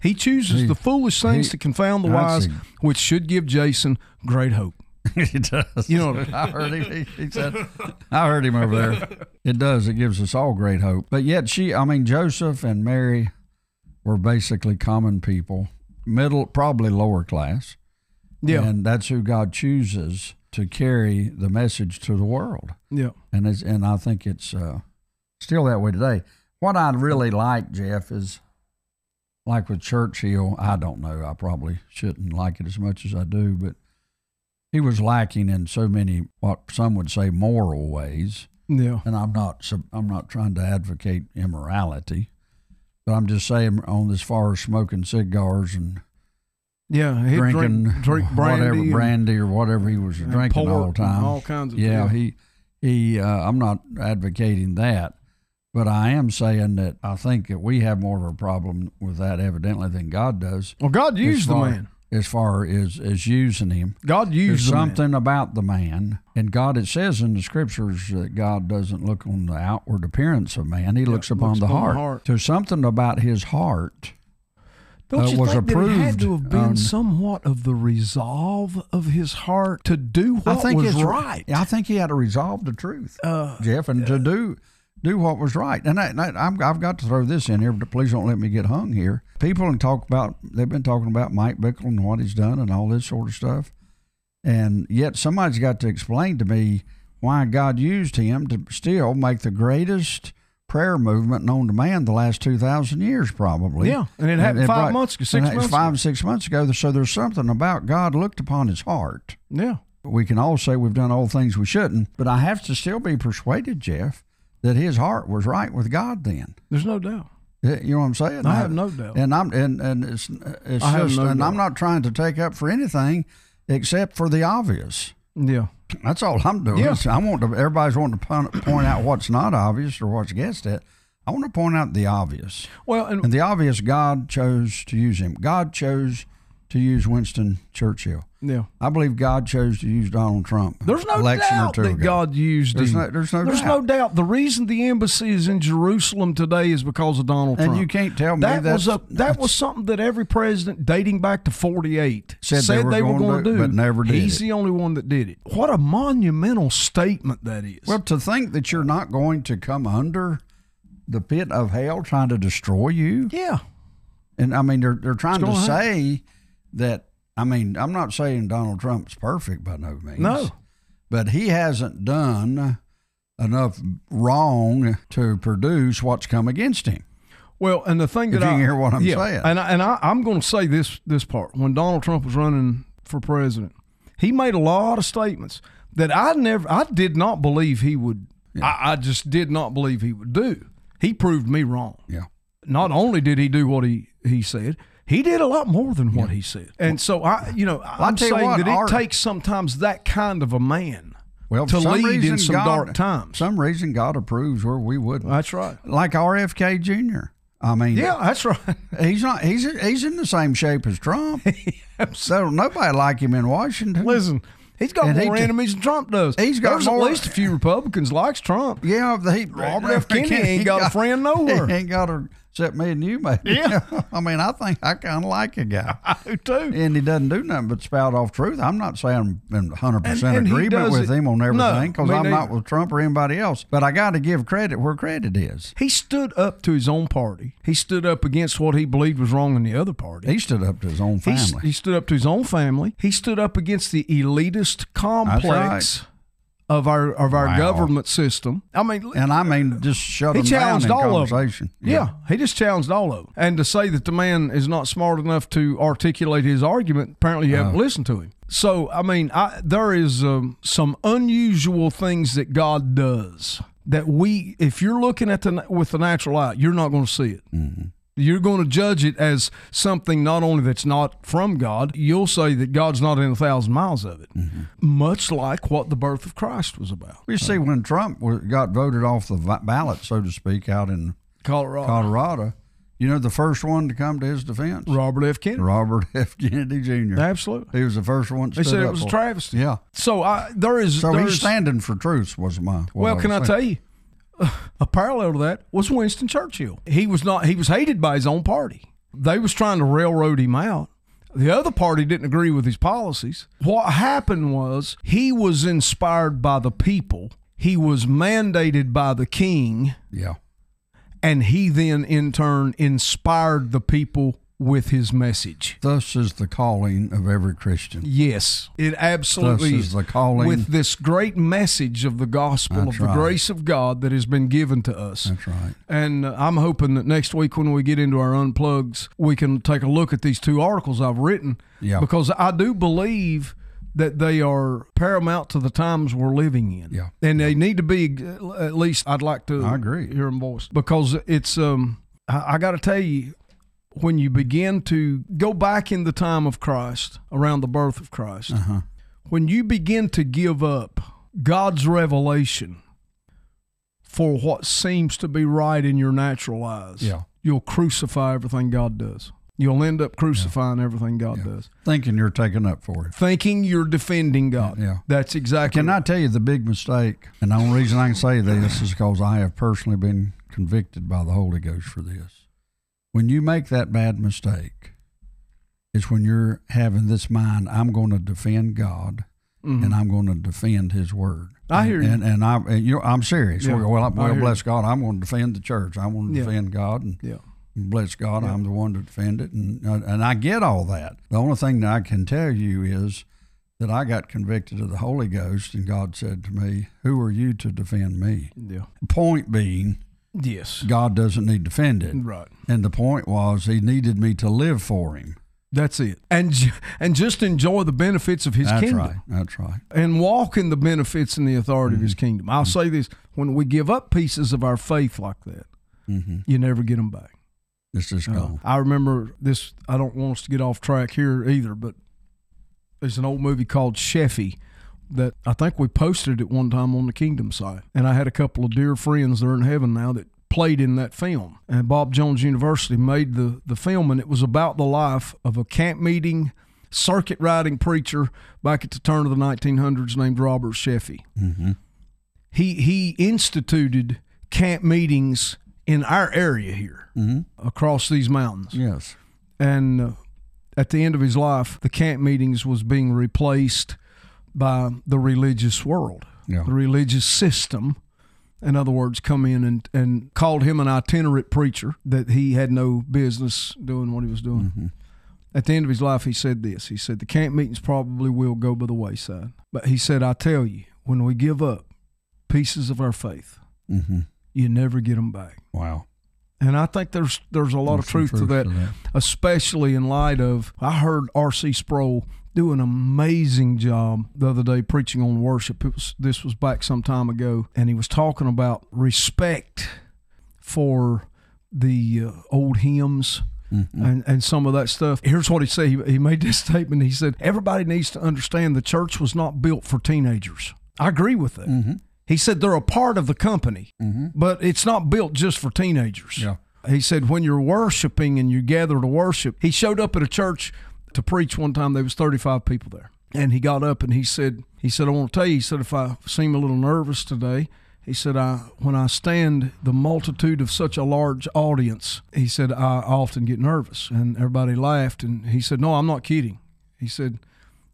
Speaker 3: He chooses
Speaker 4: He-
Speaker 3: the foolish things
Speaker 4: he-
Speaker 3: to confound the
Speaker 4: I
Speaker 3: wise,
Speaker 4: see.
Speaker 3: which should give Jason great hope.
Speaker 4: He does.
Speaker 3: You know what I mean?
Speaker 4: I heard him. He, he said, "I heard him over there." It does. It gives us all great hope. But yet, she, I mean, Joseph and Mary were basically common people, middle, probably lower class.
Speaker 3: Yeah.
Speaker 4: And that's who God chooses to carry the message to the world.
Speaker 3: yeah.
Speaker 4: And it's, and I think it's uh, still that way today. What I really like, Jeff, is like with Churchill, I don't know, I probably shouldn't like it as much as I do, but he was lacking in so many what some would say moral ways.
Speaker 3: Yeah.
Speaker 4: And I'm not sub- I'm not trying to advocate immorality, but I'm just saying on as far as smoking cigars and
Speaker 3: Yeah. He'd
Speaker 4: drinking
Speaker 3: drink, drink brandy.
Speaker 4: whatever
Speaker 3: and-
Speaker 4: brandy or whatever he was
Speaker 3: and
Speaker 4: drinking
Speaker 3: pork
Speaker 4: all the
Speaker 3: and
Speaker 4: time.
Speaker 3: all kinds of-
Speaker 4: yeah,
Speaker 3: yeah.
Speaker 4: he he. Uh, I'm not advocating that, but I am saying that I think that we have more of a problem with that evidently than God does.
Speaker 3: Well, God
Speaker 4: as
Speaker 3: used the
Speaker 4: far-
Speaker 3: man.
Speaker 4: as far as as using him.
Speaker 3: God used
Speaker 4: There's
Speaker 3: the man.
Speaker 4: something about the man, and God. It says in the scriptures that God doesn't look on the outward appearance of man; He looks upon,
Speaker 3: looks
Speaker 4: the,
Speaker 3: upon the
Speaker 4: heart.
Speaker 3: heart.
Speaker 4: There's something about His heart.
Speaker 3: Don't
Speaker 4: uh,
Speaker 3: you
Speaker 4: was
Speaker 3: think that it had
Speaker 4: approved
Speaker 3: to have been
Speaker 4: on-
Speaker 3: somewhat of the resolve of his heart to do what was
Speaker 4: it's
Speaker 3: right?
Speaker 4: I think he had to resolve the truth,
Speaker 3: uh,
Speaker 4: Jeff, and to do do what was right. And, I, and I, I'm, I've got to throw this in here, but please don't let me get hung here. People and talk about they've been talking about Mike Bickle and what he's done and all this sort of stuff. And yet somebody's got to explain to me why God used him to still make the greatest prayer movement known to man the last 2,000 years, probably.
Speaker 3: Yeah, and it happened five
Speaker 4: brought-
Speaker 3: months ago, six
Speaker 4: and it's
Speaker 3: months ago.
Speaker 4: Five, six months ago. So there's something about God looked upon his heart.
Speaker 3: Yeah.
Speaker 4: We can all say we've done all things we shouldn't, but I have to still be persuaded, Jeff, that his heart was right with God then.
Speaker 3: There's no doubt.
Speaker 4: Yeah, You know what I'm saying?
Speaker 3: I have no doubt.
Speaker 4: And I'm and and it's it's
Speaker 3: I have
Speaker 4: just
Speaker 3: no
Speaker 4: and I'm
Speaker 3: doubt.
Speaker 4: not trying to take up for anything except for the obvious.
Speaker 3: Yeah.
Speaker 4: That's all I'm doing.
Speaker 3: Yeah.
Speaker 4: It's- I want to. Everybody's wanting to pon- point out what's not obvious or what's guessed at. I want to point out the obvious.
Speaker 3: Well, and
Speaker 4: And the obvious, God chose to use him. God chose to use Winston Churchill.
Speaker 3: yeah.
Speaker 4: I believe God chose to use Donald Trump.
Speaker 3: There's no doubt that God used
Speaker 4: There's
Speaker 3: him.
Speaker 4: no- there's no
Speaker 3: there's
Speaker 4: doubt.
Speaker 3: no doubt. The reason the embassy is in Jerusalem today is because of Donald
Speaker 4: And
Speaker 3: Trump.
Speaker 4: you can't tell me
Speaker 3: that
Speaker 4: that's-
Speaker 3: was a that was something that every president dating back to '48
Speaker 4: Said they were
Speaker 3: were
Speaker 4: gonna
Speaker 3: going to
Speaker 4: do,
Speaker 3: do,
Speaker 4: but never did
Speaker 3: He's
Speaker 4: it.
Speaker 3: the only one that did it. What a monumental statement that is.
Speaker 4: Well, to think that you're not going to come under the pit of hell trying to destroy you.
Speaker 3: yeah,
Speaker 4: And I mean, they're they're trying to
Speaker 3: gonna
Speaker 4: say that. I mean, I'm not saying Donald Trump's perfect by no means.
Speaker 3: No.
Speaker 4: but he hasn't done enough wrong to produce what's come against him.
Speaker 3: Well, and the thing
Speaker 4: If
Speaker 3: that
Speaker 4: you
Speaker 3: I
Speaker 4: can hear what I'm
Speaker 3: yeah,
Speaker 4: saying.
Speaker 3: and I, and I, I'm going to say this this part when Donald Trump was running for president, he made a lot of statements that I never, I did not believe he would. I, I just did not believe he would do. He proved me wrong.
Speaker 4: Yeah,
Speaker 3: Not only did he do what he he said. He did a lot more than what he said, and so I, you know, I'm
Speaker 4: tell you
Speaker 3: saying
Speaker 4: what,
Speaker 3: that it
Speaker 4: our-
Speaker 3: takes sometimes that kind of a man
Speaker 4: well,
Speaker 3: to
Speaker 4: for some
Speaker 3: lead
Speaker 4: reason,
Speaker 3: in some
Speaker 4: God-
Speaker 3: dark times.
Speaker 4: Some reason God approves where we wouldn't,
Speaker 3: that's right.
Speaker 4: like RFK Jr. I mean,
Speaker 3: Yeah, that's right.
Speaker 4: he's not he's he's in the same shape as Trump. so nobody like him in Washington.
Speaker 3: Listen, he's got
Speaker 4: And he
Speaker 3: more
Speaker 4: t-
Speaker 3: enemies than Trump does.
Speaker 4: He's got
Speaker 3: There's
Speaker 4: more-
Speaker 3: at least a few Republicans likes Trump.
Speaker 4: Yeah, they,
Speaker 3: Robert F. Kennedy ain't
Speaker 4: he
Speaker 3: got a friend nowhere.
Speaker 4: He ain't got her except me and you, maybe.
Speaker 3: Yeah.
Speaker 4: I mean, I think I kind of like a guy,
Speaker 3: I do too.
Speaker 4: and he doesn't do nothing but spout off truth. I'm not saying I'm in 100 percent
Speaker 3: And- and he
Speaker 4: agreement
Speaker 3: does
Speaker 4: with
Speaker 3: it-
Speaker 4: him on
Speaker 3: No,
Speaker 4: everything because
Speaker 3: me
Speaker 4: I'm not
Speaker 3: neither.
Speaker 4: with Trump or anybody else. But I got to give credit where credit is.
Speaker 3: He stood up to his own party. He stood up against what he believed was wrong in the other party.
Speaker 4: He stood up to his own
Speaker 3: He, s-
Speaker 4: family.
Speaker 3: he stood up to his own family. He stood up against the elitist complex of our of our
Speaker 4: Wow.
Speaker 3: government system. I mean, l-
Speaker 4: and I mean, just shut
Speaker 3: he
Speaker 4: him down
Speaker 3: challenged
Speaker 4: in
Speaker 3: all of them.
Speaker 4: conversation.
Speaker 3: Yeah. he just challenged all of them. And to say that the man is not smart enough to articulate his argument, apparently you haven't listened to him. So, I mean, I, there is um, some unusual things that God does that we, if you're looking at the with the natural eye, you're not going to see it. You're going to judge it as something not only that's not from God, you'll say that God's not in a thousand miles of it, much like what the birth of Christ was about.
Speaker 4: You see, when Trump wa- got voted off the va- ballot, so to speak, out in
Speaker 3: Colorado,
Speaker 4: Colorado, you know, the first one to come to his defense,
Speaker 3: Robert F. Kennedy.
Speaker 4: Robert F. Kennedy Jr.
Speaker 3: Absolutely.
Speaker 4: He was the first one.
Speaker 3: They
Speaker 4: They
Speaker 3: said it was a travesty.
Speaker 4: Yeah.
Speaker 3: So I there is
Speaker 4: So
Speaker 3: there
Speaker 4: he's
Speaker 3: is-
Speaker 4: standing for truth. Was my what
Speaker 3: well,
Speaker 4: was
Speaker 3: can I
Speaker 4: saying.
Speaker 3: tell you? A parallel to that was Winston Churchill. He was not he was hated by his own party. They was trying to railroad him out. The other party didn't agree with his policies. What happened was he was inspired by the people. He was mandated by the king,
Speaker 4: Yeah.
Speaker 3: and he then in turn inspired the people with his message.
Speaker 4: Thus is the calling of every Christian.
Speaker 3: Yes, it absolutely
Speaker 4: This is the calling.
Speaker 3: with this great message of the gospel
Speaker 4: That's
Speaker 3: of the
Speaker 4: right.
Speaker 3: grace of God that has been given to us.
Speaker 4: That's right.
Speaker 3: And uh, I'm hoping that next week when we get into our unplugs, we can take a look at these two articles I've written
Speaker 4: Yeah.
Speaker 3: because I do believe that they are paramount to the times we're living in.
Speaker 4: Yeah.
Speaker 3: And they need to be uh, at least I'd like to
Speaker 4: I agree.
Speaker 3: hear them voiced because it's um I, I got to tell you when you begin to go back in the time of Christ, around the birth of Christ,
Speaker 4: Uh-huh.
Speaker 3: when you begin to give up God's revelation for what seems to be right in your natural eyes,
Speaker 4: Yeah.
Speaker 3: you'll crucify everything God does. You'll end up crucifying everything God does,
Speaker 4: Thinking you're taking up for it.
Speaker 3: thinking you're defending God.
Speaker 4: Yeah.
Speaker 3: That's exactly.
Speaker 4: Can I tell you the big mistake? And the only reason I can say this is because I have personally been convicted by the Holy Ghost for this. When you make that bad mistake, it's when you're having this mind, I'm going to defend God and I'm going to defend His Word.
Speaker 3: Mm-hmm. I hear you.
Speaker 4: And, and, I, and you know, I'm serious.
Speaker 3: Yeah,
Speaker 4: well, I,
Speaker 3: I
Speaker 4: well
Speaker 3: hear you.
Speaker 4: bless God. I'm going to defend the church. I'm going to
Speaker 3: Yeah.
Speaker 4: defend God. And
Speaker 3: Yeah.
Speaker 4: bless God, I'm the uh, one to defend it, and and I get all that. The only thing that I can tell you is that I got convicted of the Holy Ghost, and God said to me, Who are you to defend me?
Speaker 3: Yeah.
Speaker 4: Point being,
Speaker 3: Yes.
Speaker 4: God doesn't need defended.
Speaker 3: Right.
Speaker 4: And the point was, He needed me to live for Him.
Speaker 3: That's it. And ju- and just enjoy the benefits of His
Speaker 4: That's
Speaker 3: kingdom.
Speaker 4: right. That's right.
Speaker 3: and walk in the benefits and the authority of his
Speaker 4: Mm-hmm.
Speaker 3: kingdom. I'll say this when we give up pieces of our faith like that,
Speaker 4: Mm-hmm.
Speaker 3: you never get them back.
Speaker 4: It's just gone.
Speaker 3: I remember this, I don't want us to get off track here either, but there's an old movie called Sheffy that I think we posted at one time on the Kingdom site. And I had a couple of dear friends that are in heaven now that played in that film. And Bob Jones University made the, the film, and it was about the life of a camp meeting, circuit riding preacher back at the turn of the 1900s named Robert Sheffy. He, he instituted camp meetings in our area here across these mountains
Speaker 4: Yes.
Speaker 3: and uh, at the end of his life, the camp meetings was being replaced by the religious world,
Speaker 4: Yeah.
Speaker 3: the religious system. In other words, come in and, and called him an itinerant preacher that he had no business doing what he was doing. At the end of his life, he said this. He said, The camp meetings probably will go by the wayside. But he said, I tell you, when we give up pieces of our faith,
Speaker 4: Mm-hmm.
Speaker 3: you never get them back.
Speaker 4: Wow.
Speaker 3: And I think there's there's a lot
Speaker 4: There's
Speaker 3: of
Speaker 4: some
Speaker 3: truth, to,
Speaker 4: truth
Speaker 3: that,
Speaker 4: to that.
Speaker 3: especially in light of I heard R.C. Sproul do an amazing job the other day preaching on worship. It was, this was back some time ago, and he was talking about respect for the uh, old hymns.
Speaker 4: Mm-hmm.
Speaker 3: And, and some of that stuff. Here's what he said. He, he made this statement. He said, Everybody needs to understand the church was not built for teenagers. I agree with that.
Speaker 4: Mm-hmm.
Speaker 3: He said, They're a part of the company, but it's not built just for teenagers.
Speaker 4: Yeah.
Speaker 3: He said, when you're worshiping and you gather to worship, he showed up at a church to preach one time. There was 35 people there. And he got up and he said, he said, I want to tell you, he said, if I seem a little nervous today, he said, I, when I stand the multitude of such a large audience, he said, I often get nervous. And everybody laughed. And he said, no, I'm not kidding. He said,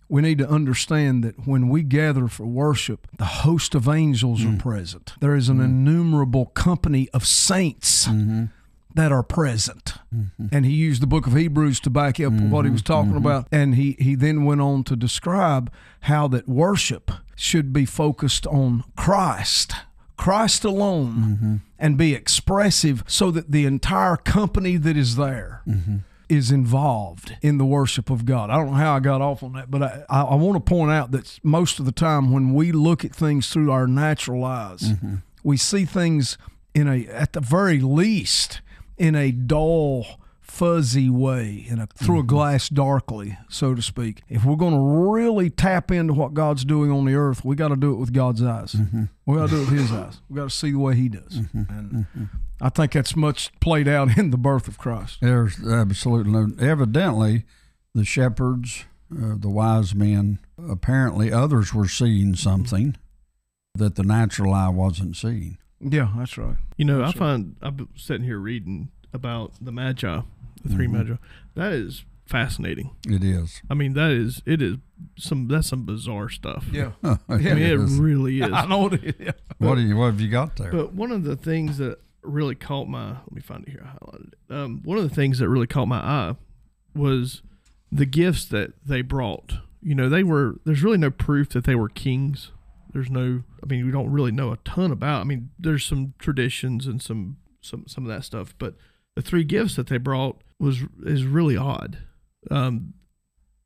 Speaker 3: we need to understand that when we gather for worship, the host of angels are present. There is an innumerable company of saints that are present. And he used the book of Hebrews to back up what he was talking about. And he, he then went on to describe how that worship should be focused on Christ, Christ alone, and be expressive so that the entire company that is there is involved in the worship of God. I don't know how I got off on that, but I, I, I want to point out that most of the time when we look at things through our natural eyes, we see things in a at the very least in a dull fuzzy way in a through a glass darkly so to speak if we're going to really tap into what god's doing on the earth we got to do it with god's eyes we got to do it with his eyes we got to see the way he does and i think that's much played out in the birth of christ
Speaker 4: There's absolutely no. Evidently, the shepherds, uh, the wise men, apparently others were
Speaker 3: Mm-hmm.
Speaker 4: seeing something that the natural eye wasn't seeing.
Speaker 3: yeah that's right
Speaker 2: You know, I find I'm sitting here reading about the Magi, the 3 Magi. That is fascinating.
Speaker 4: It is.
Speaker 2: I mean, that is it is some that's some bizarre stuff.
Speaker 3: yeah
Speaker 2: I mean, it
Speaker 4: It is.
Speaker 2: really is.
Speaker 3: i know what it is
Speaker 4: What, do you, what have you got there?
Speaker 3: uh,
Speaker 2: But one of the things that really caught my let me find it here. I highlighted it. Um, one of the things that really caught my eye was the gifts that they brought. You know, they were there's really no proof that they were kings. There's no I mean, we don't really know a ton about. I mean, there's some traditions and some some some of that stuff, but the three gifts that they brought was is really odd. Um,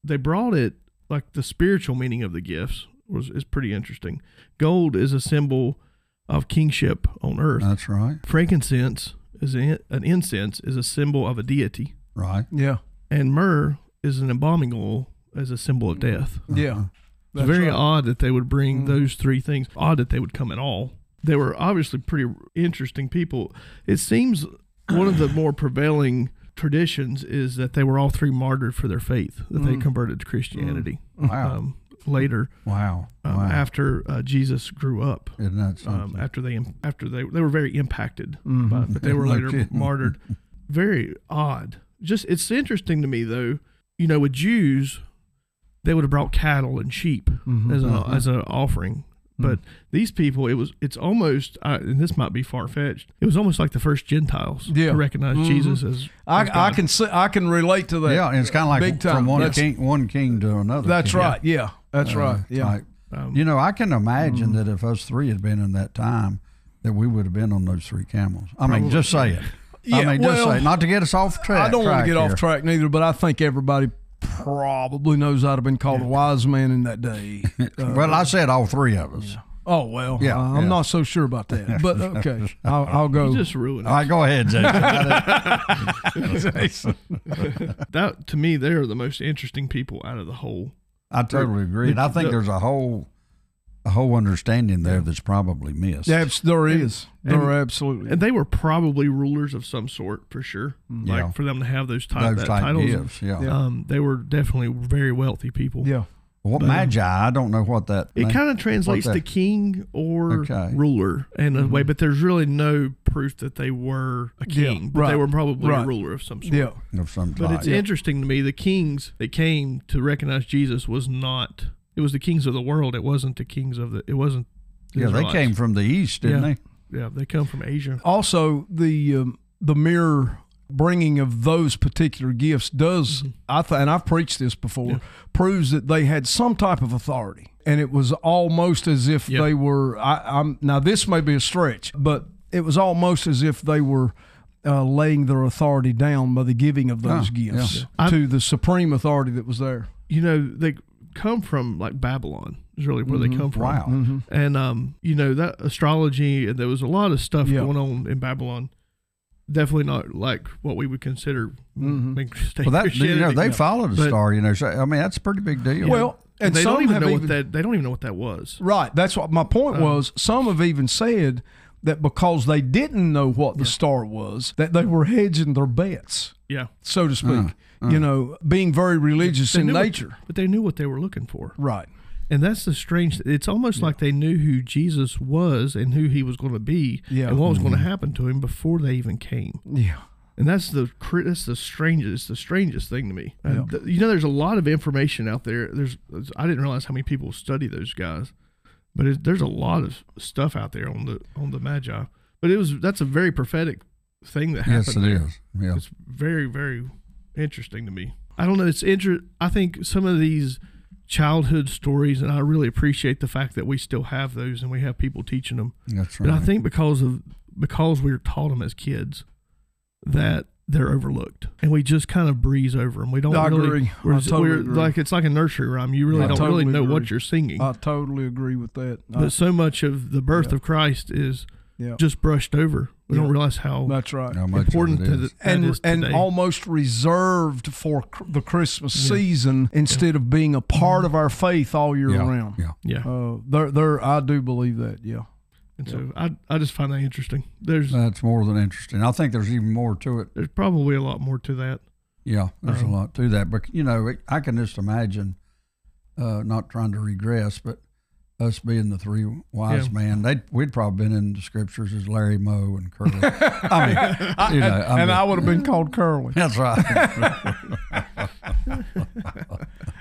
Speaker 2: they brought it like the spiritual meaning of the gifts was is pretty interesting. Gold is a symbol of kingship on earth.
Speaker 4: That's right.
Speaker 2: Frankincense is an, an incense is a symbol of a deity,
Speaker 4: Right.
Speaker 3: yeah
Speaker 2: and myrrh is an embalming oil as a symbol of death.
Speaker 3: yeah
Speaker 2: It's
Speaker 3: That's
Speaker 2: very
Speaker 3: right.
Speaker 2: odd that they would bring those three things. Odd that they would come at all. They were obviously pretty interesting people. It seems one of the more prevailing traditions is that they were all three martyred for their faith, that they converted to Christianity
Speaker 4: Mm. Wow.
Speaker 2: um, later
Speaker 4: wow.
Speaker 2: um,
Speaker 4: wow.
Speaker 2: after uh, Jesus grew up
Speaker 4: Isn't that
Speaker 2: um,
Speaker 4: something?
Speaker 2: after they after they they were very impacted,
Speaker 3: Mm-hmm.
Speaker 2: by, but they were
Speaker 4: No
Speaker 2: later
Speaker 4: kidding.
Speaker 2: martyred. Very odd. Just it's interesting to me though. You know, with Jews, they would have brought cattle and sheep
Speaker 3: Mm-hmm.
Speaker 2: as a, as an offering. But these people, it was it's almost, uh, and this might be far fetched. It was almost like the first Gentiles
Speaker 3: Yeah. Mm-hmm.
Speaker 2: to recognize Jesus as. as
Speaker 3: I, I
Speaker 2: God.
Speaker 3: can see i can relate to that
Speaker 4: yeah, it's kind of like
Speaker 3: big time
Speaker 4: from one
Speaker 3: That's-
Speaker 4: king, one king to another.
Speaker 3: That's
Speaker 4: king. uh,
Speaker 3: right. Yeah. That's right. Yeah. mm.
Speaker 4: type.
Speaker 2: Um,
Speaker 4: You know, I can imagine that if us three had been in that time, that we would have been on those three camels. I mean, just say it. I
Speaker 3: Yeah,
Speaker 4: mean, just
Speaker 3: well,
Speaker 4: say it. Not to get us off track.
Speaker 3: I don't want to get
Speaker 4: here.
Speaker 3: off track neither, but I think everybody probably knows I'd have been called a wise man in that day. Uh,
Speaker 4: Well, I said all three of us.
Speaker 3: oh well,
Speaker 4: Yeah,
Speaker 3: uh, I'm
Speaker 4: yeah.
Speaker 3: not so sure about that, but okay, I'll, I'll go.
Speaker 2: you just ruined
Speaker 4: All
Speaker 2: it.
Speaker 4: right, go ahead, Jason.
Speaker 2: That to me, they're the most interesting people out of the whole.
Speaker 4: I totally agree. And I think there's a whole, a whole understanding there that's probably missed.
Speaker 3: Yeah, abs- there is, there
Speaker 2: and-
Speaker 3: absolutely.
Speaker 2: And they were probably rulers of some sort for sure.
Speaker 4: Yeah.
Speaker 2: Like for them to have those, ti-
Speaker 4: those
Speaker 2: that
Speaker 4: type
Speaker 2: titles.
Speaker 4: gifts. Yeah.
Speaker 2: Um, they were definitely very wealthy people.
Speaker 3: yeah,
Speaker 4: What magi? I don't know what that.
Speaker 2: It
Speaker 4: meant.
Speaker 2: kind of translates
Speaker 4: that-
Speaker 2: to king or
Speaker 4: Okay. Mm-hmm.
Speaker 2: ruler in a way, but there's really no proof that they were a
Speaker 3: Yeah,
Speaker 2: king. but They
Speaker 3: right,
Speaker 2: were probably a
Speaker 3: right.
Speaker 2: ruler of some sort.
Speaker 3: yeah,
Speaker 4: of some
Speaker 2: But
Speaker 4: type.
Speaker 2: it's interesting to me. The kings that came to recognize Jesus was not. It was the kings of the world. It wasn't the kings of the. It wasn't. the
Speaker 4: yeah, they
Speaker 2: Israelites.
Speaker 4: came from the east, didn't
Speaker 2: Yeah.
Speaker 4: they?
Speaker 2: Yeah, they come from Asia.
Speaker 3: also the um, the mere bringing of those particular gifts does I th- and I've preached this before proves that they had some type of authority and it was almost as if
Speaker 2: Yeah.
Speaker 3: they were I, I'm now this may be a stretch but it was almost as if they were uh, laying their authority down by the giving of those
Speaker 4: yeah.
Speaker 3: gifts
Speaker 2: Yeah.
Speaker 3: to the supreme authority that was there
Speaker 2: You know, they come from like Babylon. Is really where they come from.
Speaker 4: Mm-hmm. Wow.
Speaker 2: And um, you know that astrology. and There was a lot of stuff
Speaker 3: Yeah.
Speaker 2: going on in Babylon. Definitely not like what we would consider. Well,
Speaker 4: Well, that you know they followed a
Speaker 2: But-
Speaker 4: star. You know, so, I mean that's a pretty big deal.
Speaker 3: well and
Speaker 2: they
Speaker 3: some
Speaker 2: don't even
Speaker 3: have
Speaker 2: know what that. They don't even know what that was.
Speaker 3: Right. That's what my point was. Some have even said that because they didn't know what the star was, that they were hedging their bets,
Speaker 2: Yeah.
Speaker 3: so to
Speaker 4: Uh-huh.
Speaker 3: speak. You know, being very religious in
Speaker 2: knew what-
Speaker 3: nature.
Speaker 2: But they knew what they were looking for.
Speaker 3: Right.
Speaker 2: And that's the strange. It's almost like they knew who Jesus was and who he was going to be,
Speaker 3: Yeah.
Speaker 2: and what was going to happen to him before they even came.
Speaker 3: Yeah.
Speaker 2: And that's the cr- that's the strangest the strangest thing to me. Uh, th- you know, there's a lot of information out there. There's there's- I didn't realize how many people study those guys, but it, there's a lot of stuff out there on the on the magi. But it was that's a very prophetic thing that happened.
Speaker 4: yes, it
Speaker 2: there.
Speaker 4: is. Yeah.
Speaker 2: It's very, very interesting to me. I don't know. It's inter. I think some of these childhood stories, and I really appreciate the fact that we still have those and we have people teaching them.
Speaker 4: That's
Speaker 2: But
Speaker 4: right.
Speaker 2: I think because of because we were taught them as kids, that they're overlooked, and we just kind of breeze over them. We don't
Speaker 3: I
Speaker 2: really.
Speaker 3: agree.
Speaker 2: We're,
Speaker 3: I
Speaker 2: just-
Speaker 3: totally
Speaker 2: we're-
Speaker 3: agree.
Speaker 2: like it's like a nursery rhyme. You really
Speaker 3: I
Speaker 2: don't
Speaker 3: totally
Speaker 2: really know
Speaker 3: agree. Uh,
Speaker 2: what you're singing.
Speaker 3: I totally agree with that. I-
Speaker 2: but so much of the birth of Christ is
Speaker 3: yeah.
Speaker 2: just brushed over. We
Speaker 3: Yeah.
Speaker 2: don't realize how
Speaker 3: That's right.
Speaker 4: How much of
Speaker 2: important
Speaker 4: it
Speaker 2: to
Speaker 4: is.
Speaker 2: the, that
Speaker 3: And,
Speaker 2: is
Speaker 3: and
Speaker 2: today.
Speaker 3: almost reserved for cr- the Christmas season instead of being a part of our faith all year
Speaker 4: yeah.
Speaker 3: round.
Speaker 4: Yeah.
Speaker 2: yeah.
Speaker 3: Uh, there, there, I do believe that. Yeah. Uh,
Speaker 2: And so I, I just find that interesting. There's
Speaker 4: That's more than interesting. I think there's even more to it.
Speaker 2: there's probably a lot more to that.
Speaker 4: Yeah, there's
Speaker 3: Um,
Speaker 4: a lot to that. But, you know, it, I can just imagine, uh, not trying to regress, but us being the three wise
Speaker 2: Yeah.
Speaker 4: men, they'd, we'd probably been in the scriptures as Larry Moe and Curly. I mean, you know, I'm
Speaker 3: and
Speaker 4: just-
Speaker 3: I would have been called Curly.
Speaker 4: That's right.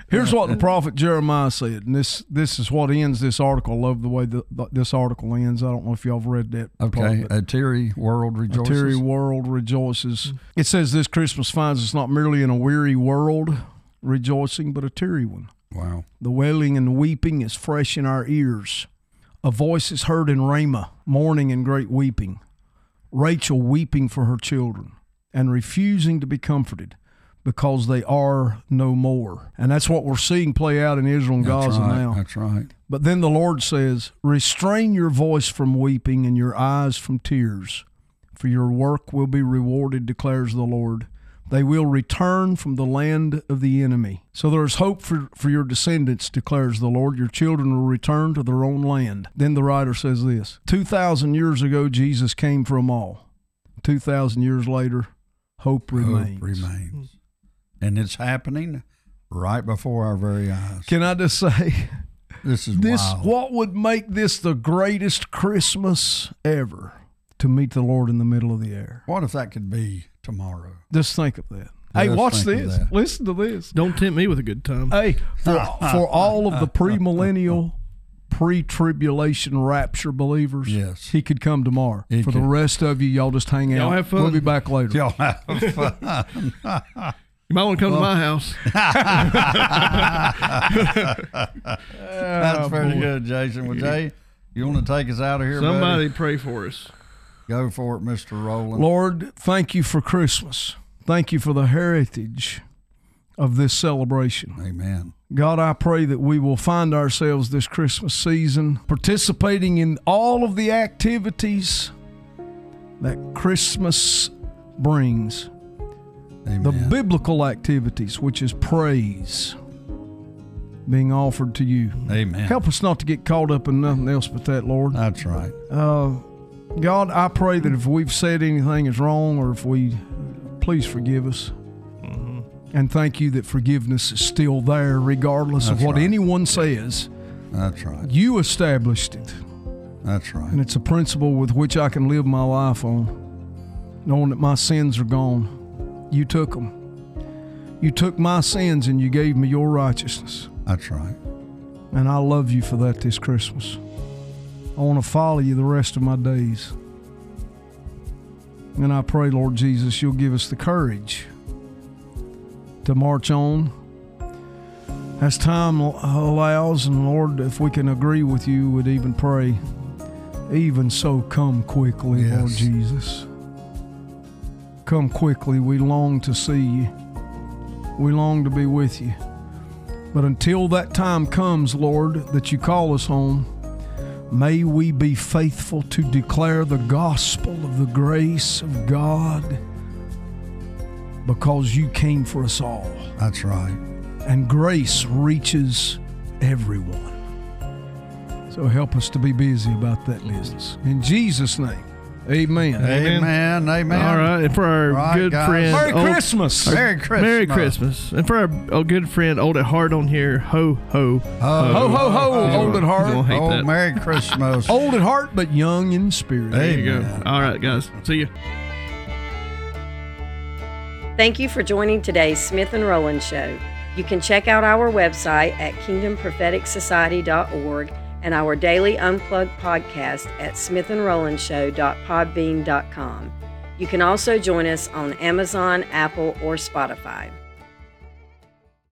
Speaker 3: Here's what the prophet Jeremiah said, and this this is what ends this article. I love the way the, the, this article ends. I don't know if y'all have read that.
Speaker 4: Okay. A teary world
Speaker 3: The
Speaker 4: rejoices.
Speaker 3: teary world rejoices.
Speaker 4: Hmm.
Speaker 3: It says this Christmas finds us not merely in a weary world rejoicing, but a teary one.
Speaker 4: Wow.
Speaker 3: The wailing and weeping is fresh in our ears. A voice is heard in Ramah, mourning and great weeping. Rachel weeping for her children and refusing to be comforted because they are no more. And that's what we're seeing play out in Israel and
Speaker 4: That's
Speaker 3: Gaza
Speaker 4: right.
Speaker 3: now.
Speaker 4: That's right.
Speaker 3: But then the Lord says, Restrain your voice from weeping and your eyes from tears, for your work will be rewarded, declares the Lord. They will return from the land of the enemy. So there is hope for, for your descendants, declares the Lord. Your children will return to their own land. Then the writer says this 2,000 years ago, Jesus came for them all. 2,000 years later, hope remains. Hmm.
Speaker 4: Hope Oh, remains. And it's happening right before our very eyes.
Speaker 3: Can I just say,
Speaker 4: This is
Speaker 3: this
Speaker 4: wild.
Speaker 3: what would make this the greatest christmas ever to meet the lord in the middle of the air
Speaker 4: What if that could be tomorrow?
Speaker 3: just think of that hey
Speaker 4: Just
Speaker 3: watch
Speaker 4: think of
Speaker 3: this
Speaker 4: that.
Speaker 3: listen to this
Speaker 2: Don't tempt me with a good time.
Speaker 3: hey for, for all of the premillennial pre-tribulation rapture believers
Speaker 4: Yes.
Speaker 3: he could come tomorrow
Speaker 4: He
Speaker 3: for the
Speaker 4: could.
Speaker 3: rest of you y'all just hang out
Speaker 2: Y'all have fun.
Speaker 3: we'll be back later
Speaker 4: Y'all have fun.
Speaker 2: You might want to come to my house.
Speaker 4: That's pretty good, Jason. Well, Jay, you want to take us out of here, buddy?
Speaker 2: Somebody pray for us.
Speaker 4: Go for it, Mr. Rowland.
Speaker 3: Lord, thank you for Christmas. Thank you for the heritage of this celebration.
Speaker 4: Amen.
Speaker 3: God, I pray that we will find ourselves this Christmas season participating in all of the activities that Christmas brings.
Speaker 4: Amen.
Speaker 3: The biblical activities, which is praise being offered to you.
Speaker 4: Amen.
Speaker 3: Help us not to get caught up in nothing else but that, Lord.
Speaker 4: That's right.
Speaker 3: Uh, God, I pray that if we've said anything is wrong or if we, please forgive us.
Speaker 4: Mm-hmm.
Speaker 3: And thank you that forgiveness is still there, regardless of
Speaker 4: That's
Speaker 3: what
Speaker 4: right.
Speaker 3: anyone says.
Speaker 4: That's right.
Speaker 3: You established it,
Speaker 4: That's
Speaker 3: and
Speaker 4: right.
Speaker 3: it's a principle with which I can live my life on, knowing that my sins are gone. You took them. You took my sins and you gave me your righteousness.
Speaker 4: That's right.
Speaker 3: And I love you for that this Christmas. I want to follow you the rest of my days. And I pray, Lord Jesus, you'll give us the courage to march on as time al- allows. And Lord, if we can agree with you, would even pray, even so, come quickly, Lord
Speaker 4: Yes.
Speaker 3: Jesus. Come quickly. We long to see you, we long to be with you. But until that time comes, Lord, that you call us home, may we be faithful to declare the gospel of the grace of God because you came for us all.
Speaker 4: That's right.
Speaker 3: And grace reaches everyone. So help us to be busy about that business. In Jesus' name, amen.
Speaker 4: Amen. Amen.
Speaker 2: All right, and for our
Speaker 4: Right,
Speaker 2: good
Speaker 4: guys.
Speaker 2: friend,
Speaker 3: Merry
Speaker 2: old-
Speaker 3: Christmas.
Speaker 4: Merry Christmas.
Speaker 2: Merry Christmas, and for our old good friend, old at heart on here, ho ho
Speaker 4: Ho,
Speaker 3: Ho, ho, ho,
Speaker 4: Oh,
Speaker 3: old at
Speaker 2: Don't
Speaker 3: heart.
Speaker 2: hate
Speaker 4: Oh,
Speaker 2: that.
Speaker 4: Merry Christmas.
Speaker 3: Old at heart, but young in spirit.
Speaker 4: Hey.
Speaker 2: There you go.
Speaker 4: Amen.
Speaker 2: All right, guys. See you.
Speaker 1: Thank you for joining today's Smith and Rowland Show. You can check out our website at kingdompropheticsociety.org and our daily unplugged podcast at smithandrolandshow.podbean.com. You can also join us on Amazon, Apple, or Spotify.